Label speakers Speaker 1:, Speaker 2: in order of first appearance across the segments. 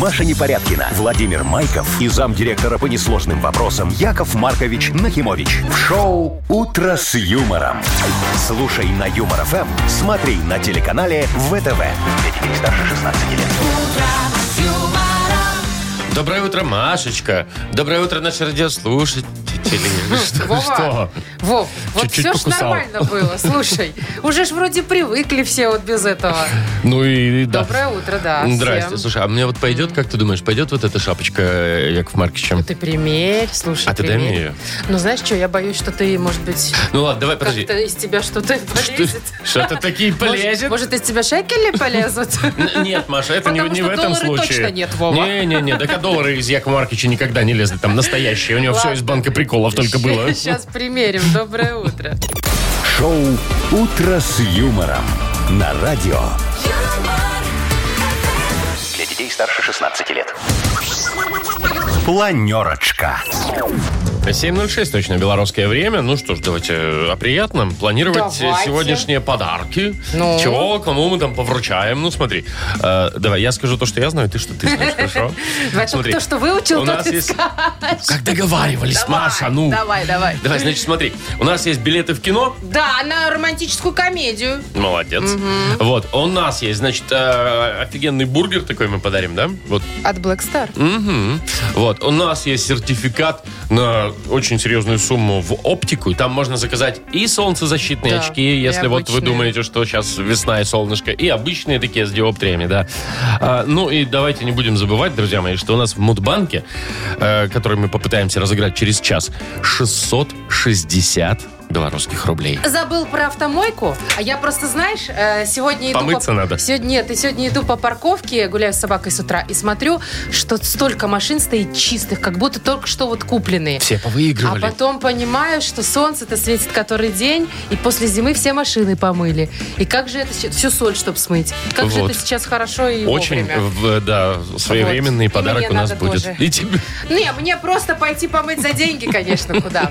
Speaker 1: Маша Непорядкина, Владимир Майков и замдиректора по несложным вопросам Яков Маркович Нахимович. В шоу «Утро с юмором». Слушай на Юмор ФМ, смотри на телеканале ВТВ. Для детей старше 16 лет.
Speaker 2: Доброе утро, Машечка. Доброе утро, наши радиослушатели. Что?
Speaker 3: Вова,
Speaker 2: что?
Speaker 3: Вов, вот
Speaker 2: Чуть-чуть
Speaker 3: все ж
Speaker 2: покусал.
Speaker 3: нормально было, слушай. Уже ж вроде привыкли все вот без этого.
Speaker 2: Ну и да.
Speaker 3: Доброе утро, да.
Speaker 2: Здрасте.
Speaker 3: всем.
Speaker 2: Слушай, а мне вот пойдет, как ты думаешь, пойдет вот эта шапочка э, Яков Марковича?
Speaker 3: Ты примерь, слушай,
Speaker 2: А ты дай
Speaker 3: примерь.
Speaker 2: мне ее.
Speaker 3: Ну, знаешь что, я боюсь, что ты, может быть,
Speaker 2: Ну ладно, давай, подожди.
Speaker 3: как-то из тебя что-то
Speaker 2: Ты-
Speaker 3: полезет.
Speaker 2: Что-то такие
Speaker 3: Может-
Speaker 2: полезет?
Speaker 3: Может, из тебя шекели полезут?
Speaker 2: Н- Нет, Маша, это не,
Speaker 3: Потому
Speaker 2: не в
Speaker 3: что
Speaker 2: этом
Speaker 3: доллары
Speaker 2: случае.
Speaker 3: точно нет, Вова.
Speaker 2: Не-не-не, так а доллары из Якова Маркича никогда не лезли. Там настоящие. У него все
Speaker 3: Ладно.
Speaker 2: из банка приколов только было.
Speaker 3: Сейчас примерим. Доброе утро.
Speaker 1: Шоу «Утро с юмором» на радио. Для детей старше 16 лет. Планерочка.
Speaker 2: 7.06 точно белорусское время. Ну что ж, давайте э, о приятном. Планировать э,
Speaker 3: Давайте.
Speaker 2: сегодняшние подарки.
Speaker 3: Ну?
Speaker 2: Чего, кому мы там повручаем. Ну смотри, э, давай, я скажу то, что я знаю, ты что ты знаешь, хорошо?
Speaker 3: Давай,
Speaker 2: Смотри,
Speaker 3: кто что выучил,
Speaker 2: у
Speaker 3: тот
Speaker 2: нас
Speaker 3: и
Speaker 2: есть-
Speaker 3: скажет.
Speaker 2: Как договаривались, Маша, ну.
Speaker 3: Давай, давай.
Speaker 2: Давай, значит, смотри, у нас есть билеты в кино,
Speaker 3: Да, на романтическую комедию.
Speaker 2: молодец. Вот, у нас есть, значит, э, офигенный бургер такой мы подарим, да? Вот
Speaker 3: От Black Star.
Speaker 2: Мгм. Вот, у нас есть сертификат на очень серьезную сумму в оптику, и там можно заказать и солнцезащитные
Speaker 3: Да,
Speaker 2: очки,
Speaker 3: и
Speaker 2: если вот вы
Speaker 3: обычные.
Speaker 2: думаете, что сейчас весна и солнышко, и обычные такие с диоптриями, да. А, ну и давайте не будем забывать, друзья мои, что у нас в Мудбанке, э, который мы попытаемся разыграть через час, 660 белорусских рублей.
Speaker 3: Забыл про автомойку, а я просто, знаешь, э, сегодня иду...
Speaker 2: Помыться
Speaker 3: по-
Speaker 2: надо.
Speaker 3: Сегодня, нет, и сегодня иду по парковке, гуляю с собакой с утра и смотрю, что столько машин стоит чистых, как будто только что вот купленные.
Speaker 2: Все
Speaker 3: А
Speaker 2: повыигрывали.
Speaker 3: потом понимаю, что солнце-то светит который день, и после зимы все машины помыли. И как же это сейчас... Всю соль, чтобы смыть. Как же
Speaker 2: Вот.
Speaker 3: это сейчас хорошо и
Speaker 2: Очень,
Speaker 3: вовремя.
Speaker 2: в- да, своевременный
Speaker 3: И
Speaker 2: подарок
Speaker 3: мне
Speaker 2: у нас
Speaker 3: надо
Speaker 2: будет.
Speaker 3: тоже.
Speaker 2: И тебе.
Speaker 3: Не, мне просто пойти помыть за деньги, конечно, куда.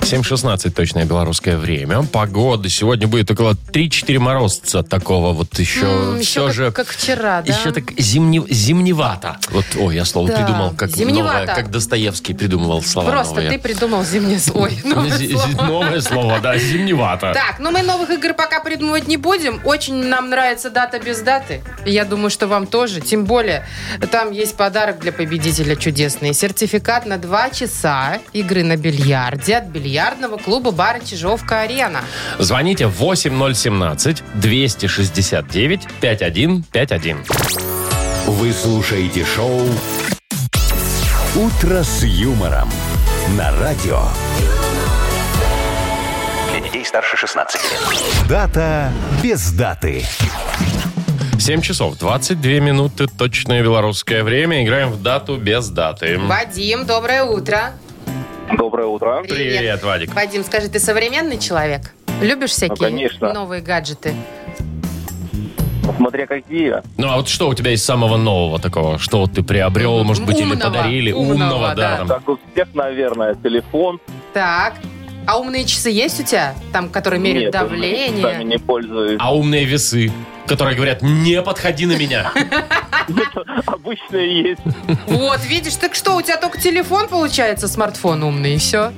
Speaker 2: 7.16 точное белорусское время. Погода сегодня будет около 3-4 морозца такого вот еще.
Speaker 3: М, еще
Speaker 2: все
Speaker 3: как-
Speaker 2: же...
Speaker 3: как вчера, да?
Speaker 2: Еще так зимне- зимневато. Вот, ой, я слово
Speaker 3: Да,
Speaker 2: придумал, как
Speaker 3: зимневато.
Speaker 2: новое, как Достоевский придумывал слова
Speaker 3: Просто ты
Speaker 2: новые.
Speaker 3: придумал зимний Ну, слой. Новое
Speaker 2: Зи-
Speaker 3: слово.
Speaker 2: зи- Новое слово, да, зимневато.
Speaker 3: Так, ну мы новых игр пока придумывать не будем. Очень нам нравится дата без даты. И Я думаю, что вам тоже. Тем более, там есть подарок для победителя чудесный. Сертификат на два часа игры на бильярде от бильярдного клуба бара Чижовка-Арена.
Speaker 2: Звоните 8017-269-5151.
Speaker 1: Вы слушаете шоу «Утро с юмором» на радио. Для детей старше 16 лет. Дата без даты.
Speaker 2: 7 часов 22 минуты, точное белорусское время. Играем в дату без даты.
Speaker 3: Вадим, доброе утро.
Speaker 4: Доброе утро.
Speaker 2: Привет, Вадик.
Speaker 3: Вадим, скажи, ты современный человек? Любишь всякие
Speaker 4: Ну, конечно.
Speaker 3: новые гаджеты?
Speaker 4: Смотря какие.
Speaker 2: Ну, а вот что у тебя из самого нового такого? Что вот ты приобрел, может быть, или
Speaker 3: Умного.
Speaker 2: подарили? Умного, да.
Speaker 3: Умного, да.
Speaker 2: там.
Speaker 4: Так у всех, наверное, телефон.
Speaker 3: Так, а умные часы есть у тебя? Там, которые меряют
Speaker 4: Нет,
Speaker 3: давление?
Speaker 4: Сами не пользуюсь.
Speaker 2: А умные весы, которые говорят, не подходи на меня.
Speaker 3: А.
Speaker 4: Обычные есть.
Speaker 3: Вот, видишь, так что, у тебя только телефон, получается, смартфон умный, и все?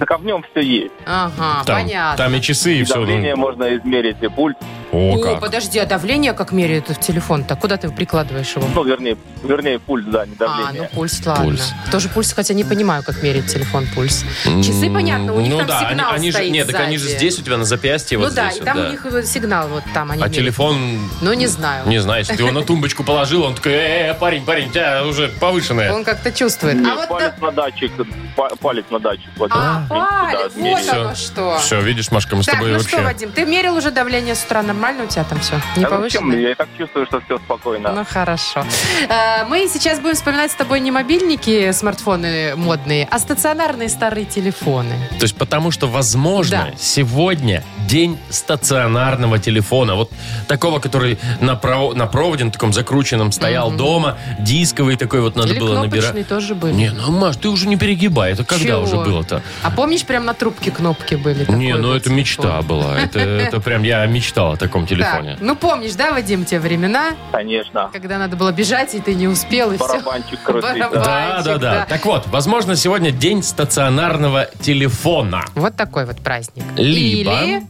Speaker 4: Так а в нем все есть.
Speaker 3: Ага,
Speaker 2: Там,
Speaker 3: понятно.
Speaker 2: там и часы, и все.
Speaker 4: Давление можно измерить и пульс.
Speaker 2: О,
Speaker 3: О,
Speaker 2: как.
Speaker 3: подожди, а давление как меряют в телефон-то? Куда ты прикладываешь его?
Speaker 4: Ну, вернее, вернее пульс, да, не
Speaker 3: А, ну
Speaker 4: давление.
Speaker 3: пульс, ладно.
Speaker 2: Пульс.
Speaker 3: Тоже пульс, хотя не понимаю, как меряет телефон пульс. Часы, понятно, у них
Speaker 2: ну
Speaker 3: там
Speaker 2: да,
Speaker 3: сигнал
Speaker 2: они, они же,
Speaker 3: стоит
Speaker 2: Нет, так они же
Speaker 3: сзади.
Speaker 2: здесь у тебя на запястье,
Speaker 3: Ну
Speaker 2: вот
Speaker 3: да,
Speaker 2: здесь
Speaker 3: и
Speaker 2: вот,
Speaker 3: там
Speaker 2: да.
Speaker 3: у них вот сигнал вот там они
Speaker 2: А
Speaker 3: меряют.
Speaker 2: телефон,
Speaker 3: Ну, не знаю.
Speaker 2: не знаю, если ты его на тумбочку положил, он такой, э, парень, парень, у тебя уже повышенное.
Speaker 3: Он как-то чувствует.
Speaker 4: Нет,
Speaker 3: а вот...
Speaker 4: палец
Speaker 3: да-
Speaker 4: на датчик. па- Палец на датчик. Вот,
Speaker 3: А,
Speaker 4: в принципе, да,
Speaker 3: палец,
Speaker 4: измерить.
Speaker 3: вот оно что.
Speaker 2: Все, видишь, Машка, мы с
Speaker 3: Так,
Speaker 2: тобой
Speaker 3: ну что,
Speaker 2: вообще...
Speaker 3: Вадим, ты мерил уже давление с утра? Нормально у тебя там все? Не
Speaker 4: Да зачем?
Speaker 3: повышено?
Speaker 4: Я и так чувствую, что все спокойно.
Speaker 3: Ну хорошо. Э, Мы сейчас будем вспоминать с тобой не мобильники, смартфоны модные, а стационарные старые телефоны.
Speaker 2: То есть потому что, возможно,
Speaker 3: Да.
Speaker 2: сегодня день стационарного телефона. Вот такого, который на, про- на проводе, на таком закрученном стоял дома, дисковый такой вот надо
Speaker 3: Или
Speaker 2: было
Speaker 3: кнопочные
Speaker 2: набирать.
Speaker 3: тоже были.
Speaker 2: Не, ну, Маш, ты уже не перегибай. Это когда
Speaker 3: Чего?
Speaker 2: уже было-то?
Speaker 3: А помнишь, прям на трубке кнопки были?
Speaker 2: не,
Speaker 3: Такой
Speaker 2: ну
Speaker 3: вот
Speaker 2: это мечта
Speaker 3: телефон.
Speaker 2: была. Это, это прям я мечтал о таком телефоне.
Speaker 3: Так, ну помнишь, да, Вадим, те времена,
Speaker 4: Конечно.
Speaker 3: когда надо было бежать, и ты не успел, и все.
Speaker 4: Барабанчик крутить. да.
Speaker 3: Барабан.
Speaker 2: Да, да,
Speaker 3: Мальчик,
Speaker 2: да.
Speaker 3: да.
Speaker 2: Так вот, возможно, сегодня день стационарного телефона.
Speaker 3: Вот такой вот праздник.
Speaker 2: Либо...
Speaker 3: Или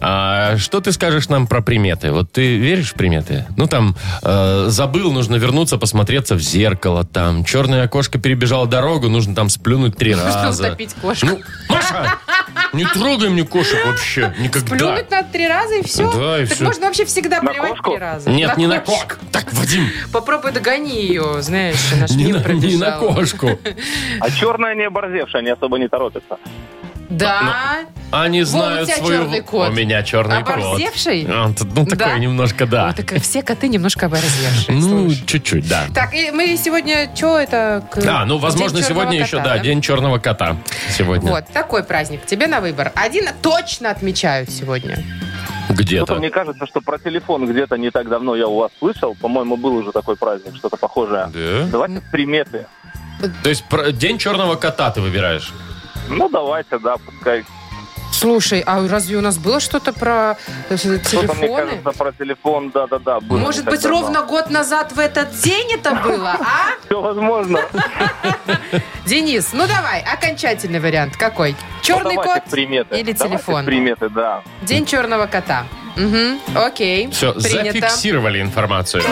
Speaker 2: а, что ты скажешь нам про приметы? Вот ты веришь в приметы? Ну, там, э, забыл, нужно вернуться, посмотреться в зеркало, там, черное окошко перебежало дорогу, нужно там сплюнуть три
Speaker 3: нужно
Speaker 2: раза.
Speaker 3: утопить кошку.
Speaker 2: Ну, Маша, не трогай мне кошек вообще, никогда.
Speaker 3: Плюнуть надо три раза и все?
Speaker 2: Да, и
Speaker 3: так
Speaker 2: всё.
Speaker 3: можно вообще всегда
Speaker 4: На
Speaker 3: плевать
Speaker 4: кошку?
Speaker 3: три раза.
Speaker 2: Нет, не на
Speaker 3: кошку.
Speaker 2: кошек. Так, Вадим,
Speaker 3: Попробуй догони ее, знаешь, она ж
Speaker 2: не
Speaker 3: мимо
Speaker 2: на, не на
Speaker 3: пробежала.
Speaker 2: кошку.
Speaker 4: А черная не оборзевшая, они особо не торопятся.
Speaker 3: Да. А
Speaker 2: Они знают
Speaker 3: тебя
Speaker 2: свою...
Speaker 3: черный кот.
Speaker 2: У меня черный Ну, кот.
Speaker 3: Оборзевший?
Speaker 2: Он тут, Ну, такой
Speaker 3: Да?
Speaker 2: немножко, да.
Speaker 3: Ой, так все коты немножко оборзевшие,
Speaker 2: Ну,
Speaker 3: слушай.
Speaker 2: чуть-чуть, да.
Speaker 3: Так, и мы сегодня, что это? к-
Speaker 2: Да, ну, возможно,
Speaker 3: День черного
Speaker 2: сегодня
Speaker 3: кота,
Speaker 2: еще, да, день черного кота. Сегодня.
Speaker 3: Вот, такой праздник. Тебе на выбор. Один точно отмечают сегодня.
Speaker 4: Что-то
Speaker 2: Где-то.
Speaker 4: мне кажется, что про телефон где-то не так давно я у вас слышал. По-моему, был уже такой праздник, что-то похожее.
Speaker 2: Да?
Speaker 4: Давайте приметы.
Speaker 2: То есть про- день черного кота ты выбираешь.
Speaker 4: Ну, давайте, да, пускай.
Speaker 3: Слушай, а разве у нас было что-то про э,
Speaker 4: Что-то, мне
Speaker 3: телефоны?
Speaker 4: кажется, про телефон, да-да-да. было
Speaker 3: Может
Speaker 4: не так
Speaker 3: быть,
Speaker 4: давно.
Speaker 3: ровно год назад в этот день это было, а?
Speaker 4: Все возможно.
Speaker 3: Денис, ну давай, окончательный вариант какой? Черный
Speaker 4: Ну,
Speaker 3: кот
Speaker 4: давайте приметы.
Speaker 3: или
Speaker 4: Давайте
Speaker 3: телефон?
Speaker 4: приметы, да.
Speaker 3: День черного кота. Угу, окей,
Speaker 2: Все,
Speaker 3: принято.
Speaker 2: зафиксировали информацию.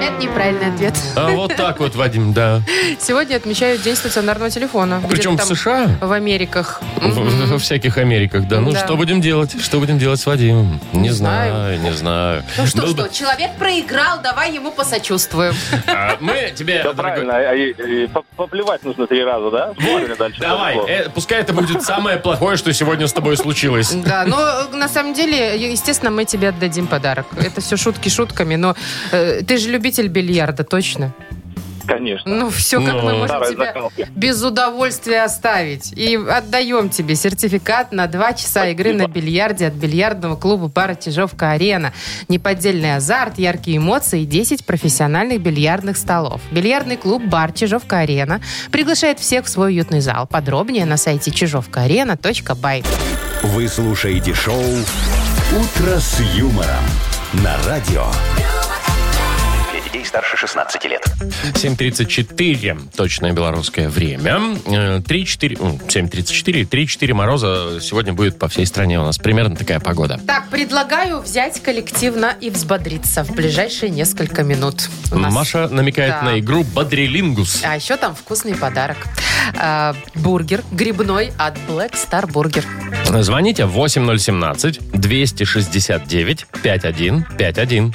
Speaker 3: Это неправильный ответ.
Speaker 2: А вот так вот, Вадим, да.
Speaker 3: Сегодня отмечают День стационарного телефона.
Speaker 2: Причем в
Speaker 3: Где-то там
Speaker 2: США.
Speaker 3: В Америках.
Speaker 2: в- Во
Speaker 3: Мгм.
Speaker 2: всяких Америках, да. Ну,
Speaker 3: Да.
Speaker 2: что будем делать? Что будем делать с Вадимом? Не
Speaker 3: Не знаю.
Speaker 2: знаю, не знаю.
Speaker 3: Ну что,
Speaker 2: Ну,
Speaker 3: что, человек проиграл, давай ему посочувствуем.
Speaker 2: а, Мы тебе,
Speaker 4: Все
Speaker 2: дорогой-
Speaker 4: правильно. а, и- и по- Поплевать нужно три раза, да? Правильно дальше
Speaker 2: Давай,
Speaker 4: пошло.
Speaker 2: э, пускай это будет самое плохое, что сегодня с тобой случилось.
Speaker 3: Да, но э, на самом деле, е- естественно, мы тебе отдадим подарок. Это все шутки шутками, но э, ты же любитель бильярда, точно?
Speaker 4: Конечно.
Speaker 3: Ну, все, как
Speaker 2: Ну.
Speaker 3: мы можем
Speaker 4: Старой
Speaker 3: тебя
Speaker 4: закалки.
Speaker 3: без удовольствия оставить. И отдаем тебе сертификат на два часа игры на бильярде от бильярдного клуба «Пара Чижовка-Арена». Неподдельный азарт, яркие эмоции и 10 профессиональных бильярдных столов. Бильярдный клуб «Бар Чижовка-Арена» приглашает всех в свой уютный зал. Подробнее на сайте чижовкаарена.бай.
Speaker 1: Вы слушаете шоу «Утро с юмором» на радио.
Speaker 5: Для детей старше 16 лет.
Speaker 2: 7.34, точное белорусское время. Э, 3.4, м, 7.34, 3-4 мороза сегодня будет по всей стране у нас. Примерно такая погода.
Speaker 3: Так, предлагаю взять коллективно и взбодриться в ближайшие несколько минут. У нас-
Speaker 2: Маша намекает
Speaker 3: Да.
Speaker 2: на игру «Бодрилингус».
Speaker 3: А еще там вкусный подарок. А, бургер грибной от Black Star Burger.
Speaker 2: Звоните 8017-269-5151.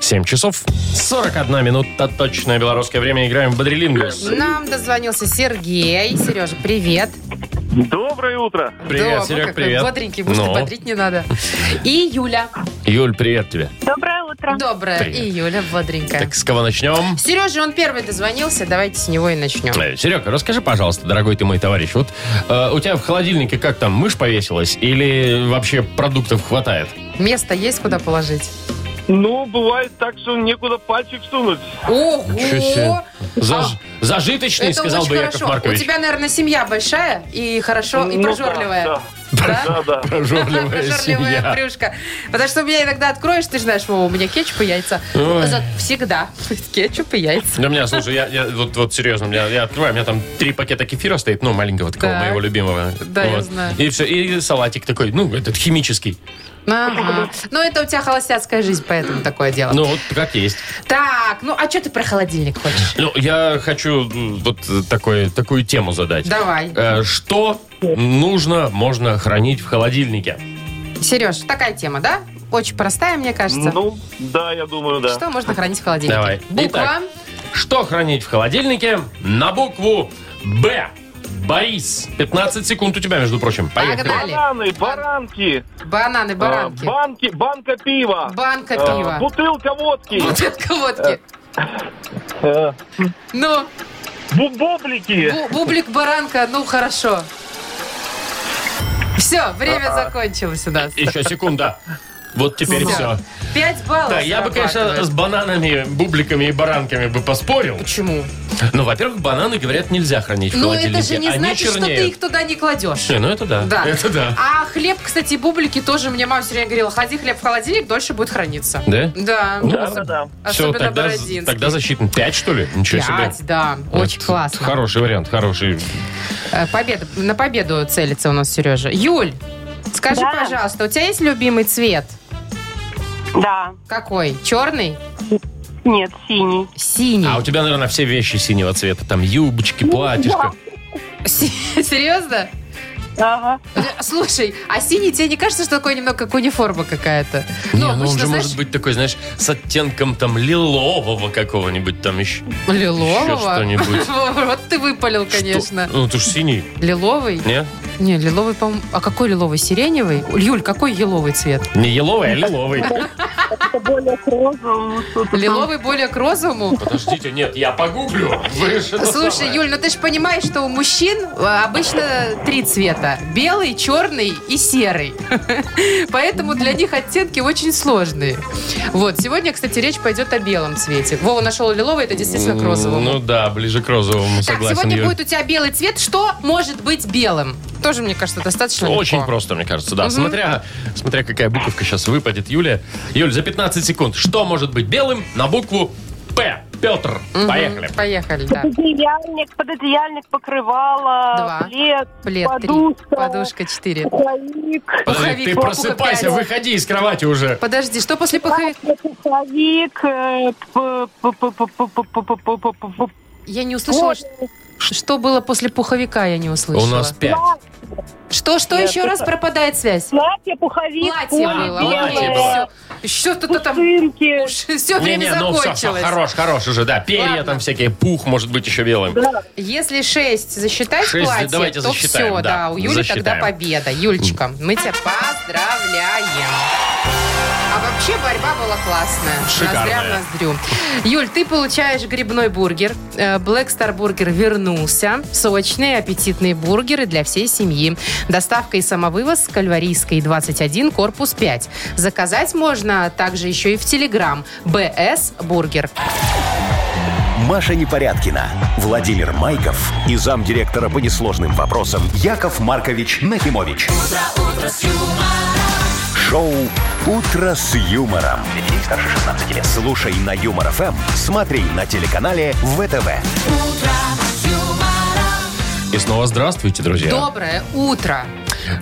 Speaker 2: 7 часов 41 минута, точное белорусское время. Играем в «Бодрилингус».
Speaker 3: Нам дозвонился Сергей. Сережа, привет.
Speaker 4: Доброе утро.
Speaker 2: Привет,
Speaker 3: Добрый
Speaker 2: Серег,
Speaker 3: какой,
Speaker 2: привет.
Speaker 3: Бодренький, больше
Speaker 2: Ну.
Speaker 3: бодрить не надо. И Юля.
Speaker 2: Юль, привет тебе.
Speaker 6: Доброе утро.
Speaker 3: Добрая.
Speaker 2: Привет.
Speaker 3: И Юля бодренькая.
Speaker 2: Так, с кого начнем?
Speaker 3: Сережа, он первый дозвонился. Давайте с него и начнем.
Speaker 2: Серега, Э, расскажи, пожалуйста, дорогой ты мой товарищ, вот э, у тебя в холодильнике как там, мышь повесилась или вообще продуктов хватает?
Speaker 3: Место есть, куда положить?
Speaker 4: Ну, бывает так, что некуда пальчик сунуть.
Speaker 3: Ого!
Speaker 2: Ничего себе. Заж-
Speaker 3: А,
Speaker 2: Зажиточный,
Speaker 3: это
Speaker 2: сказал
Speaker 3: очень
Speaker 2: бы Яков
Speaker 3: хорошо. У
Speaker 2: Маркович.
Speaker 3: тебя, наверное, семья большая и хорошо, и
Speaker 4: Ну, да,
Speaker 3: прожорливая.
Speaker 4: да. Да, да.
Speaker 2: Прожорливая
Speaker 3: Прожорливая
Speaker 2: семья.
Speaker 3: брюшка. Потому что у меня иногда откроешь, ты же знаешь, Вова, у меня кетчуп и яйца.
Speaker 2: Ой.
Speaker 3: За- Всегда кетчуп и яйца.
Speaker 2: Да Ну, у меня, слушай, я, я вот, вот серьезно, я, я открываю, у меня там три пакета кефира стоит, ну, маленького такого,
Speaker 3: Так.
Speaker 2: моего любимого.
Speaker 3: Да, я
Speaker 2: Вот.
Speaker 3: знаю.
Speaker 2: И все, и салатик такой, ну, этот химический.
Speaker 3: Ага. Ну, это у тебя холостяцкая жизнь, поэтому такое дело.
Speaker 2: Ну, вот как есть.
Speaker 3: Так, ну а что ты про холодильник хочешь?
Speaker 2: Ну, я хочу м, вот такое, такую тему задать.
Speaker 3: Давай.
Speaker 2: Э, Что нужно, можно хранить в холодильнике?
Speaker 3: Сереж, такая тема, да? Очень простая, мне кажется.
Speaker 4: Ну, да, я думаю, да.
Speaker 3: Что можно хранить в холодильнике?
Speaker 2: Давай.
Speaker 3: Буква.
Speaker 2: Итак. Что хранить в холодильнике? На букву Б. Борис. 15 секунд у тебя, между прочим. Поехали.
Speaker 3: Погнали.
Speaker 4: Бананы, баранки,
Speaker 3: Бананы, баранки.
Speaker 4: а, банки, банка пива,
Speaker 3: Банка
Speaker 4: а,
Speaker 3: пива.
Speaker 2: Э.
Speaker 4: бутылка водки,
Speaker 3: Бутылка водки.
Speaker 4: э,
Speaker 3: Ну,
Speaker 6: Бу- Бублики!
Speaker 3: Бу- Бублик баранка, ну хорошо. Все, время
Speaker 2: А.
Speaker 3: закончилось у нас.
Speaker 2: Еще секунда. Вот теперь
Speaker 3: Ну,
Speaker 2: все.
Speaker 3: Пять баллов.
Speaker 2: Да, я бы, конечно, с
Speaker 3: зарабатывает.
Speaker 2: бананами, бубликами и баранками бы поспорил.
Speaker 3: Почему?
Speaker 2: Ну, во-первых, бананы, говорят, нельзя хранить в
Speaker 3: Ну, это
Speaker 2: холодильнике.
Speaker 3: же не
Speaker 2: Они
Speaker 3: значит, что
Speaker 2: чернеют.
Speaker 3: ты их туда не кладешь.
Speaker 2: Не, ну это да.
Speaker 3: Да.
Speaker 2: Это да.
Speaker 3: А хлеб, кстати, бублики тоже мне мама все время говорила, ходи хлеб в холодильник, дольше будет храниться.
Speaker 2: Да?
Speaker 3: Да.
Speaker 6: Да, да, да.
Speaker 2: Все,
Speaker 3: Особенно
Speaker 2: тогда,
Speaker 3: бородинский.
Speaker 2: тогда защитник. Пять, что ли? Ничего
Speaker 3: Пять,
Speaker 2: себе.
Speaker 3: да. Очень
Speaker 2: Вот
Speaker 3: классно.
Speaker 2: Хороший вариант, хороший.
Speaker 3: Э, Победа. На победу целится у нас Сережа. Юль, скажи,
Speaker 7: Да.
Speaker 3: пожалуйста, у тебя есть любимый цвет?
Speaker 7: Да.
Speaker 3: Какой? Черный?
Speaker 7: Нет, синий.
Speaker 3: Синий.
Speaker 2: А у тебя, наверное, все вещи синего цвета. Там юбочки,
Speaker 3: Ну,
Speaker 2: платьишко.
Speaker 3: Се- Серьезно?
Speaker 7: Ага.
Speaker 3: Э, Слушай, а синий тебе не кажется, что такое немного как униформа какая-то?
Speaker 2: Не, ну он же
Speaker 3: знаешь,
Speaker 2: может быть такой, знаешь, с оттенком там лилового какого-нибудь там еще.
Speaker 3: лилового.
Speaker 2: что-нибудь.
Speaker 3: Вот ты выпалил, конечно.
Speaker 2: Что? Ну, ты же синий,
Speaker 3: Лиловый?
Speaker 2: не?
Speaker 3: Не, лиловый, по-моему... А какой лиловый? Сиреневый? Юль, какой еловый цвет?
Speaker 2: Не еловый, а лиловый.
Speaker 7: Это более к розовому что-то там.
Speaker 3: Лиловый более к розовому?
Speaker 2: Подождите, нет, я погуглю. Вы же это
Speaker 3: Слушай,
Speaker 2: самое.
Speaker 3: Юль, ну ты же понимаешь, что у мужчин э, обычно три цвета. Белый, черный и серый. Поэтому для них оттенки очень сложные. Вот, сегодня, кстати, речь пойдет о белом цвете. Вова нашел лиловый, это действительно к
Speaker 2: Ну
Speaker 3: розовому.
Speaker 2: да, ближе к розовому,
Speaker 3: Так,
Speaker 2: согласен.
Speaker 3: сегодня
Speaker 2: Юль.
Speaker 3: будет у тебя белый цвет. Что может быть белым? Тоже, мне кажется, достаточно
Speaker 2: Очень
Speaker 3: легко.
Speaker 2: просто, мне кажется, да. Смотря, смотря, какая буковка сейчас выпадет, Юля. Юль, за 15 секунд. Что может быть белым на букву П? Петр, поехали.
Speaker 3: Поехали, да.
Speaker 7: Пододеяльник, пододеяльник, покрывало,
Speaker 3: Два.
Speaker 7: плед,
Speaker 3: Плед три,
Speaker 7: подушка,
Speaker 3: подушка четыре.
Speaker 7: пуховик,
Speaker 2: Подожди,
Speaker 3: Пуховик,
Speaker 2: ты
Speaker 3: пуха
Speaker 2: просыпайся,
Speaker 3: пять.
Speaker 2: выходи из кровати уже.
Speaker 3: Подожди, что после пуховика?
Speaker 7: пуховик, э, п- п- п- п- п- п- п- п- п- п- п-
Speaker 3: Я не услышала, ш- что было после пуховика, я не услышала.
Speaker 2: У нас 5.
Speaker 3: Что, что еще раз пропадает связь?
Speaker 7: платье, пуховик,
Speaker 3: Платье
Speaker 2: А,
Speaker 3: было.
Speaker 2: платье
Speaker 3: Ой,
Speaker 2: было.
Speaker 3: все. Что-то там...
Speaker 7: пушинки.
Speaker 3: Все время
Speaker 2: Не-не, ну все,
Speaker 3: закончилось.
Speaker 2: все, хорош, хорош уже, да. Перья
Speaker 3: Ладно.
Speaker 2: там всякие, пух может быть еще белым.
Speaker 3: Если 6 засчитать
Speaker 2: Шесть,
Speaker 3: платье,
Speaker 2: давайте
Speaker 3: то
Speaker 2: засчитаем,
Speaker 3: все,
Speaker 2: да.
Speaker 3: да. У Юли
Speaker 2: Засчитаем.
Speaker 3: тогда победа. Юлечка, мы тебя поздравляем. А вообще борьба была классная. Ноздря
Speaker 2: Шикарная.
Speaker 3: в ноздрю. Юль, ты получаешь грибной бургер. Э, Black Star Burger вернулся. Сочные, аппетитные бургеры для всей семьи. Доставка и самовывоз с Кальварийской 21, корпус 5. Заказать можно также еще и в Телеграм. БС Бургер.
Speaker 1: Маша Непорядкина, Владимир Майков и замдиректора по несложным вопросам Яков Маркович Нахимович. Шоу Утро с юмором.
Speaker 5: Для детей старше 16 лет.
Speaker 1: Слушай на Юмор ФМ, смотри на телеканале ВТВ.
Speaker 2: И снова здравствуйте, друзья.
Speaker 3: Доброе утро.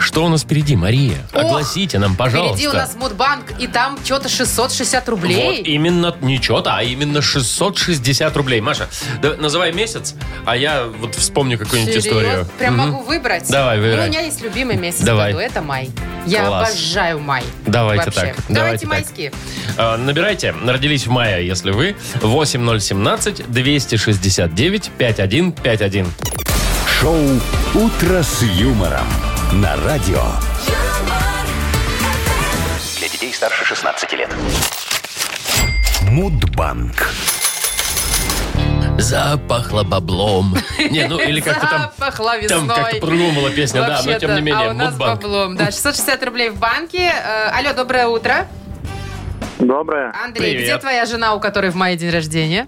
Speaker 2: Что у нас впереди, Мария? Огласите нам, пожалуйста.
Speaker 3: Впереди у нас Мудбанк, и там что-то 660 рублей.
Speaker 2: Вот именно, не что-то, а именно 660 рублей. Маша, да- называй месяц, а я вот вспомню какую-нибудь
Speaker 3: Серьез?
Speaker 2: историю.
Speaker 3: Прям
Speaker 2: Мгм.
Speaker 3: могу выбрать.
Speaker 2: Давай, выбирай.
Speaker 3: Ну, у меня есть любимый месяц
Speaker 2: Давай.
Speaker 3: в году. Это май. Я
Speaker 2: Класс.
Speaker 3: обожаю май.
Speaker 2: Давайте
Speaker 3: Вообще.
Speaker 2: так, давайте
Speaker 3: Давайте,
Speaker 2: так.
Speaker 3: майские.
Speaker 2: Э, Набирайте, родились в мае, если вы, 8017-269-5151.
Speaker 1: Шоу Утро с юмором на радио.
Speaker 5: Для детей старше 16 лет.
Speaker 1: Мудбанк.
Speaker 2: Запахло баблом. Не, ну или как-то там...
Speaker 3: Запахла
Speaker 2: Там
Speaker 3: весной.
Speaker 2: как-то по-другому была песня, да, но
Speaker 3: Вообще-то.
Speaker 2: тем не менее,
Speaker 3: а у нас
Speaker 2: Мудбанк.
Speaker 3: баблом. Да, 660 рублей в банке. Э, Алло, доброе утро.
Speaker 6: Доброе.
Speaker 3: Андрей,
Speaker 2: Привет.
Speaker 3: где твоя жена, у которой в мае день рождения?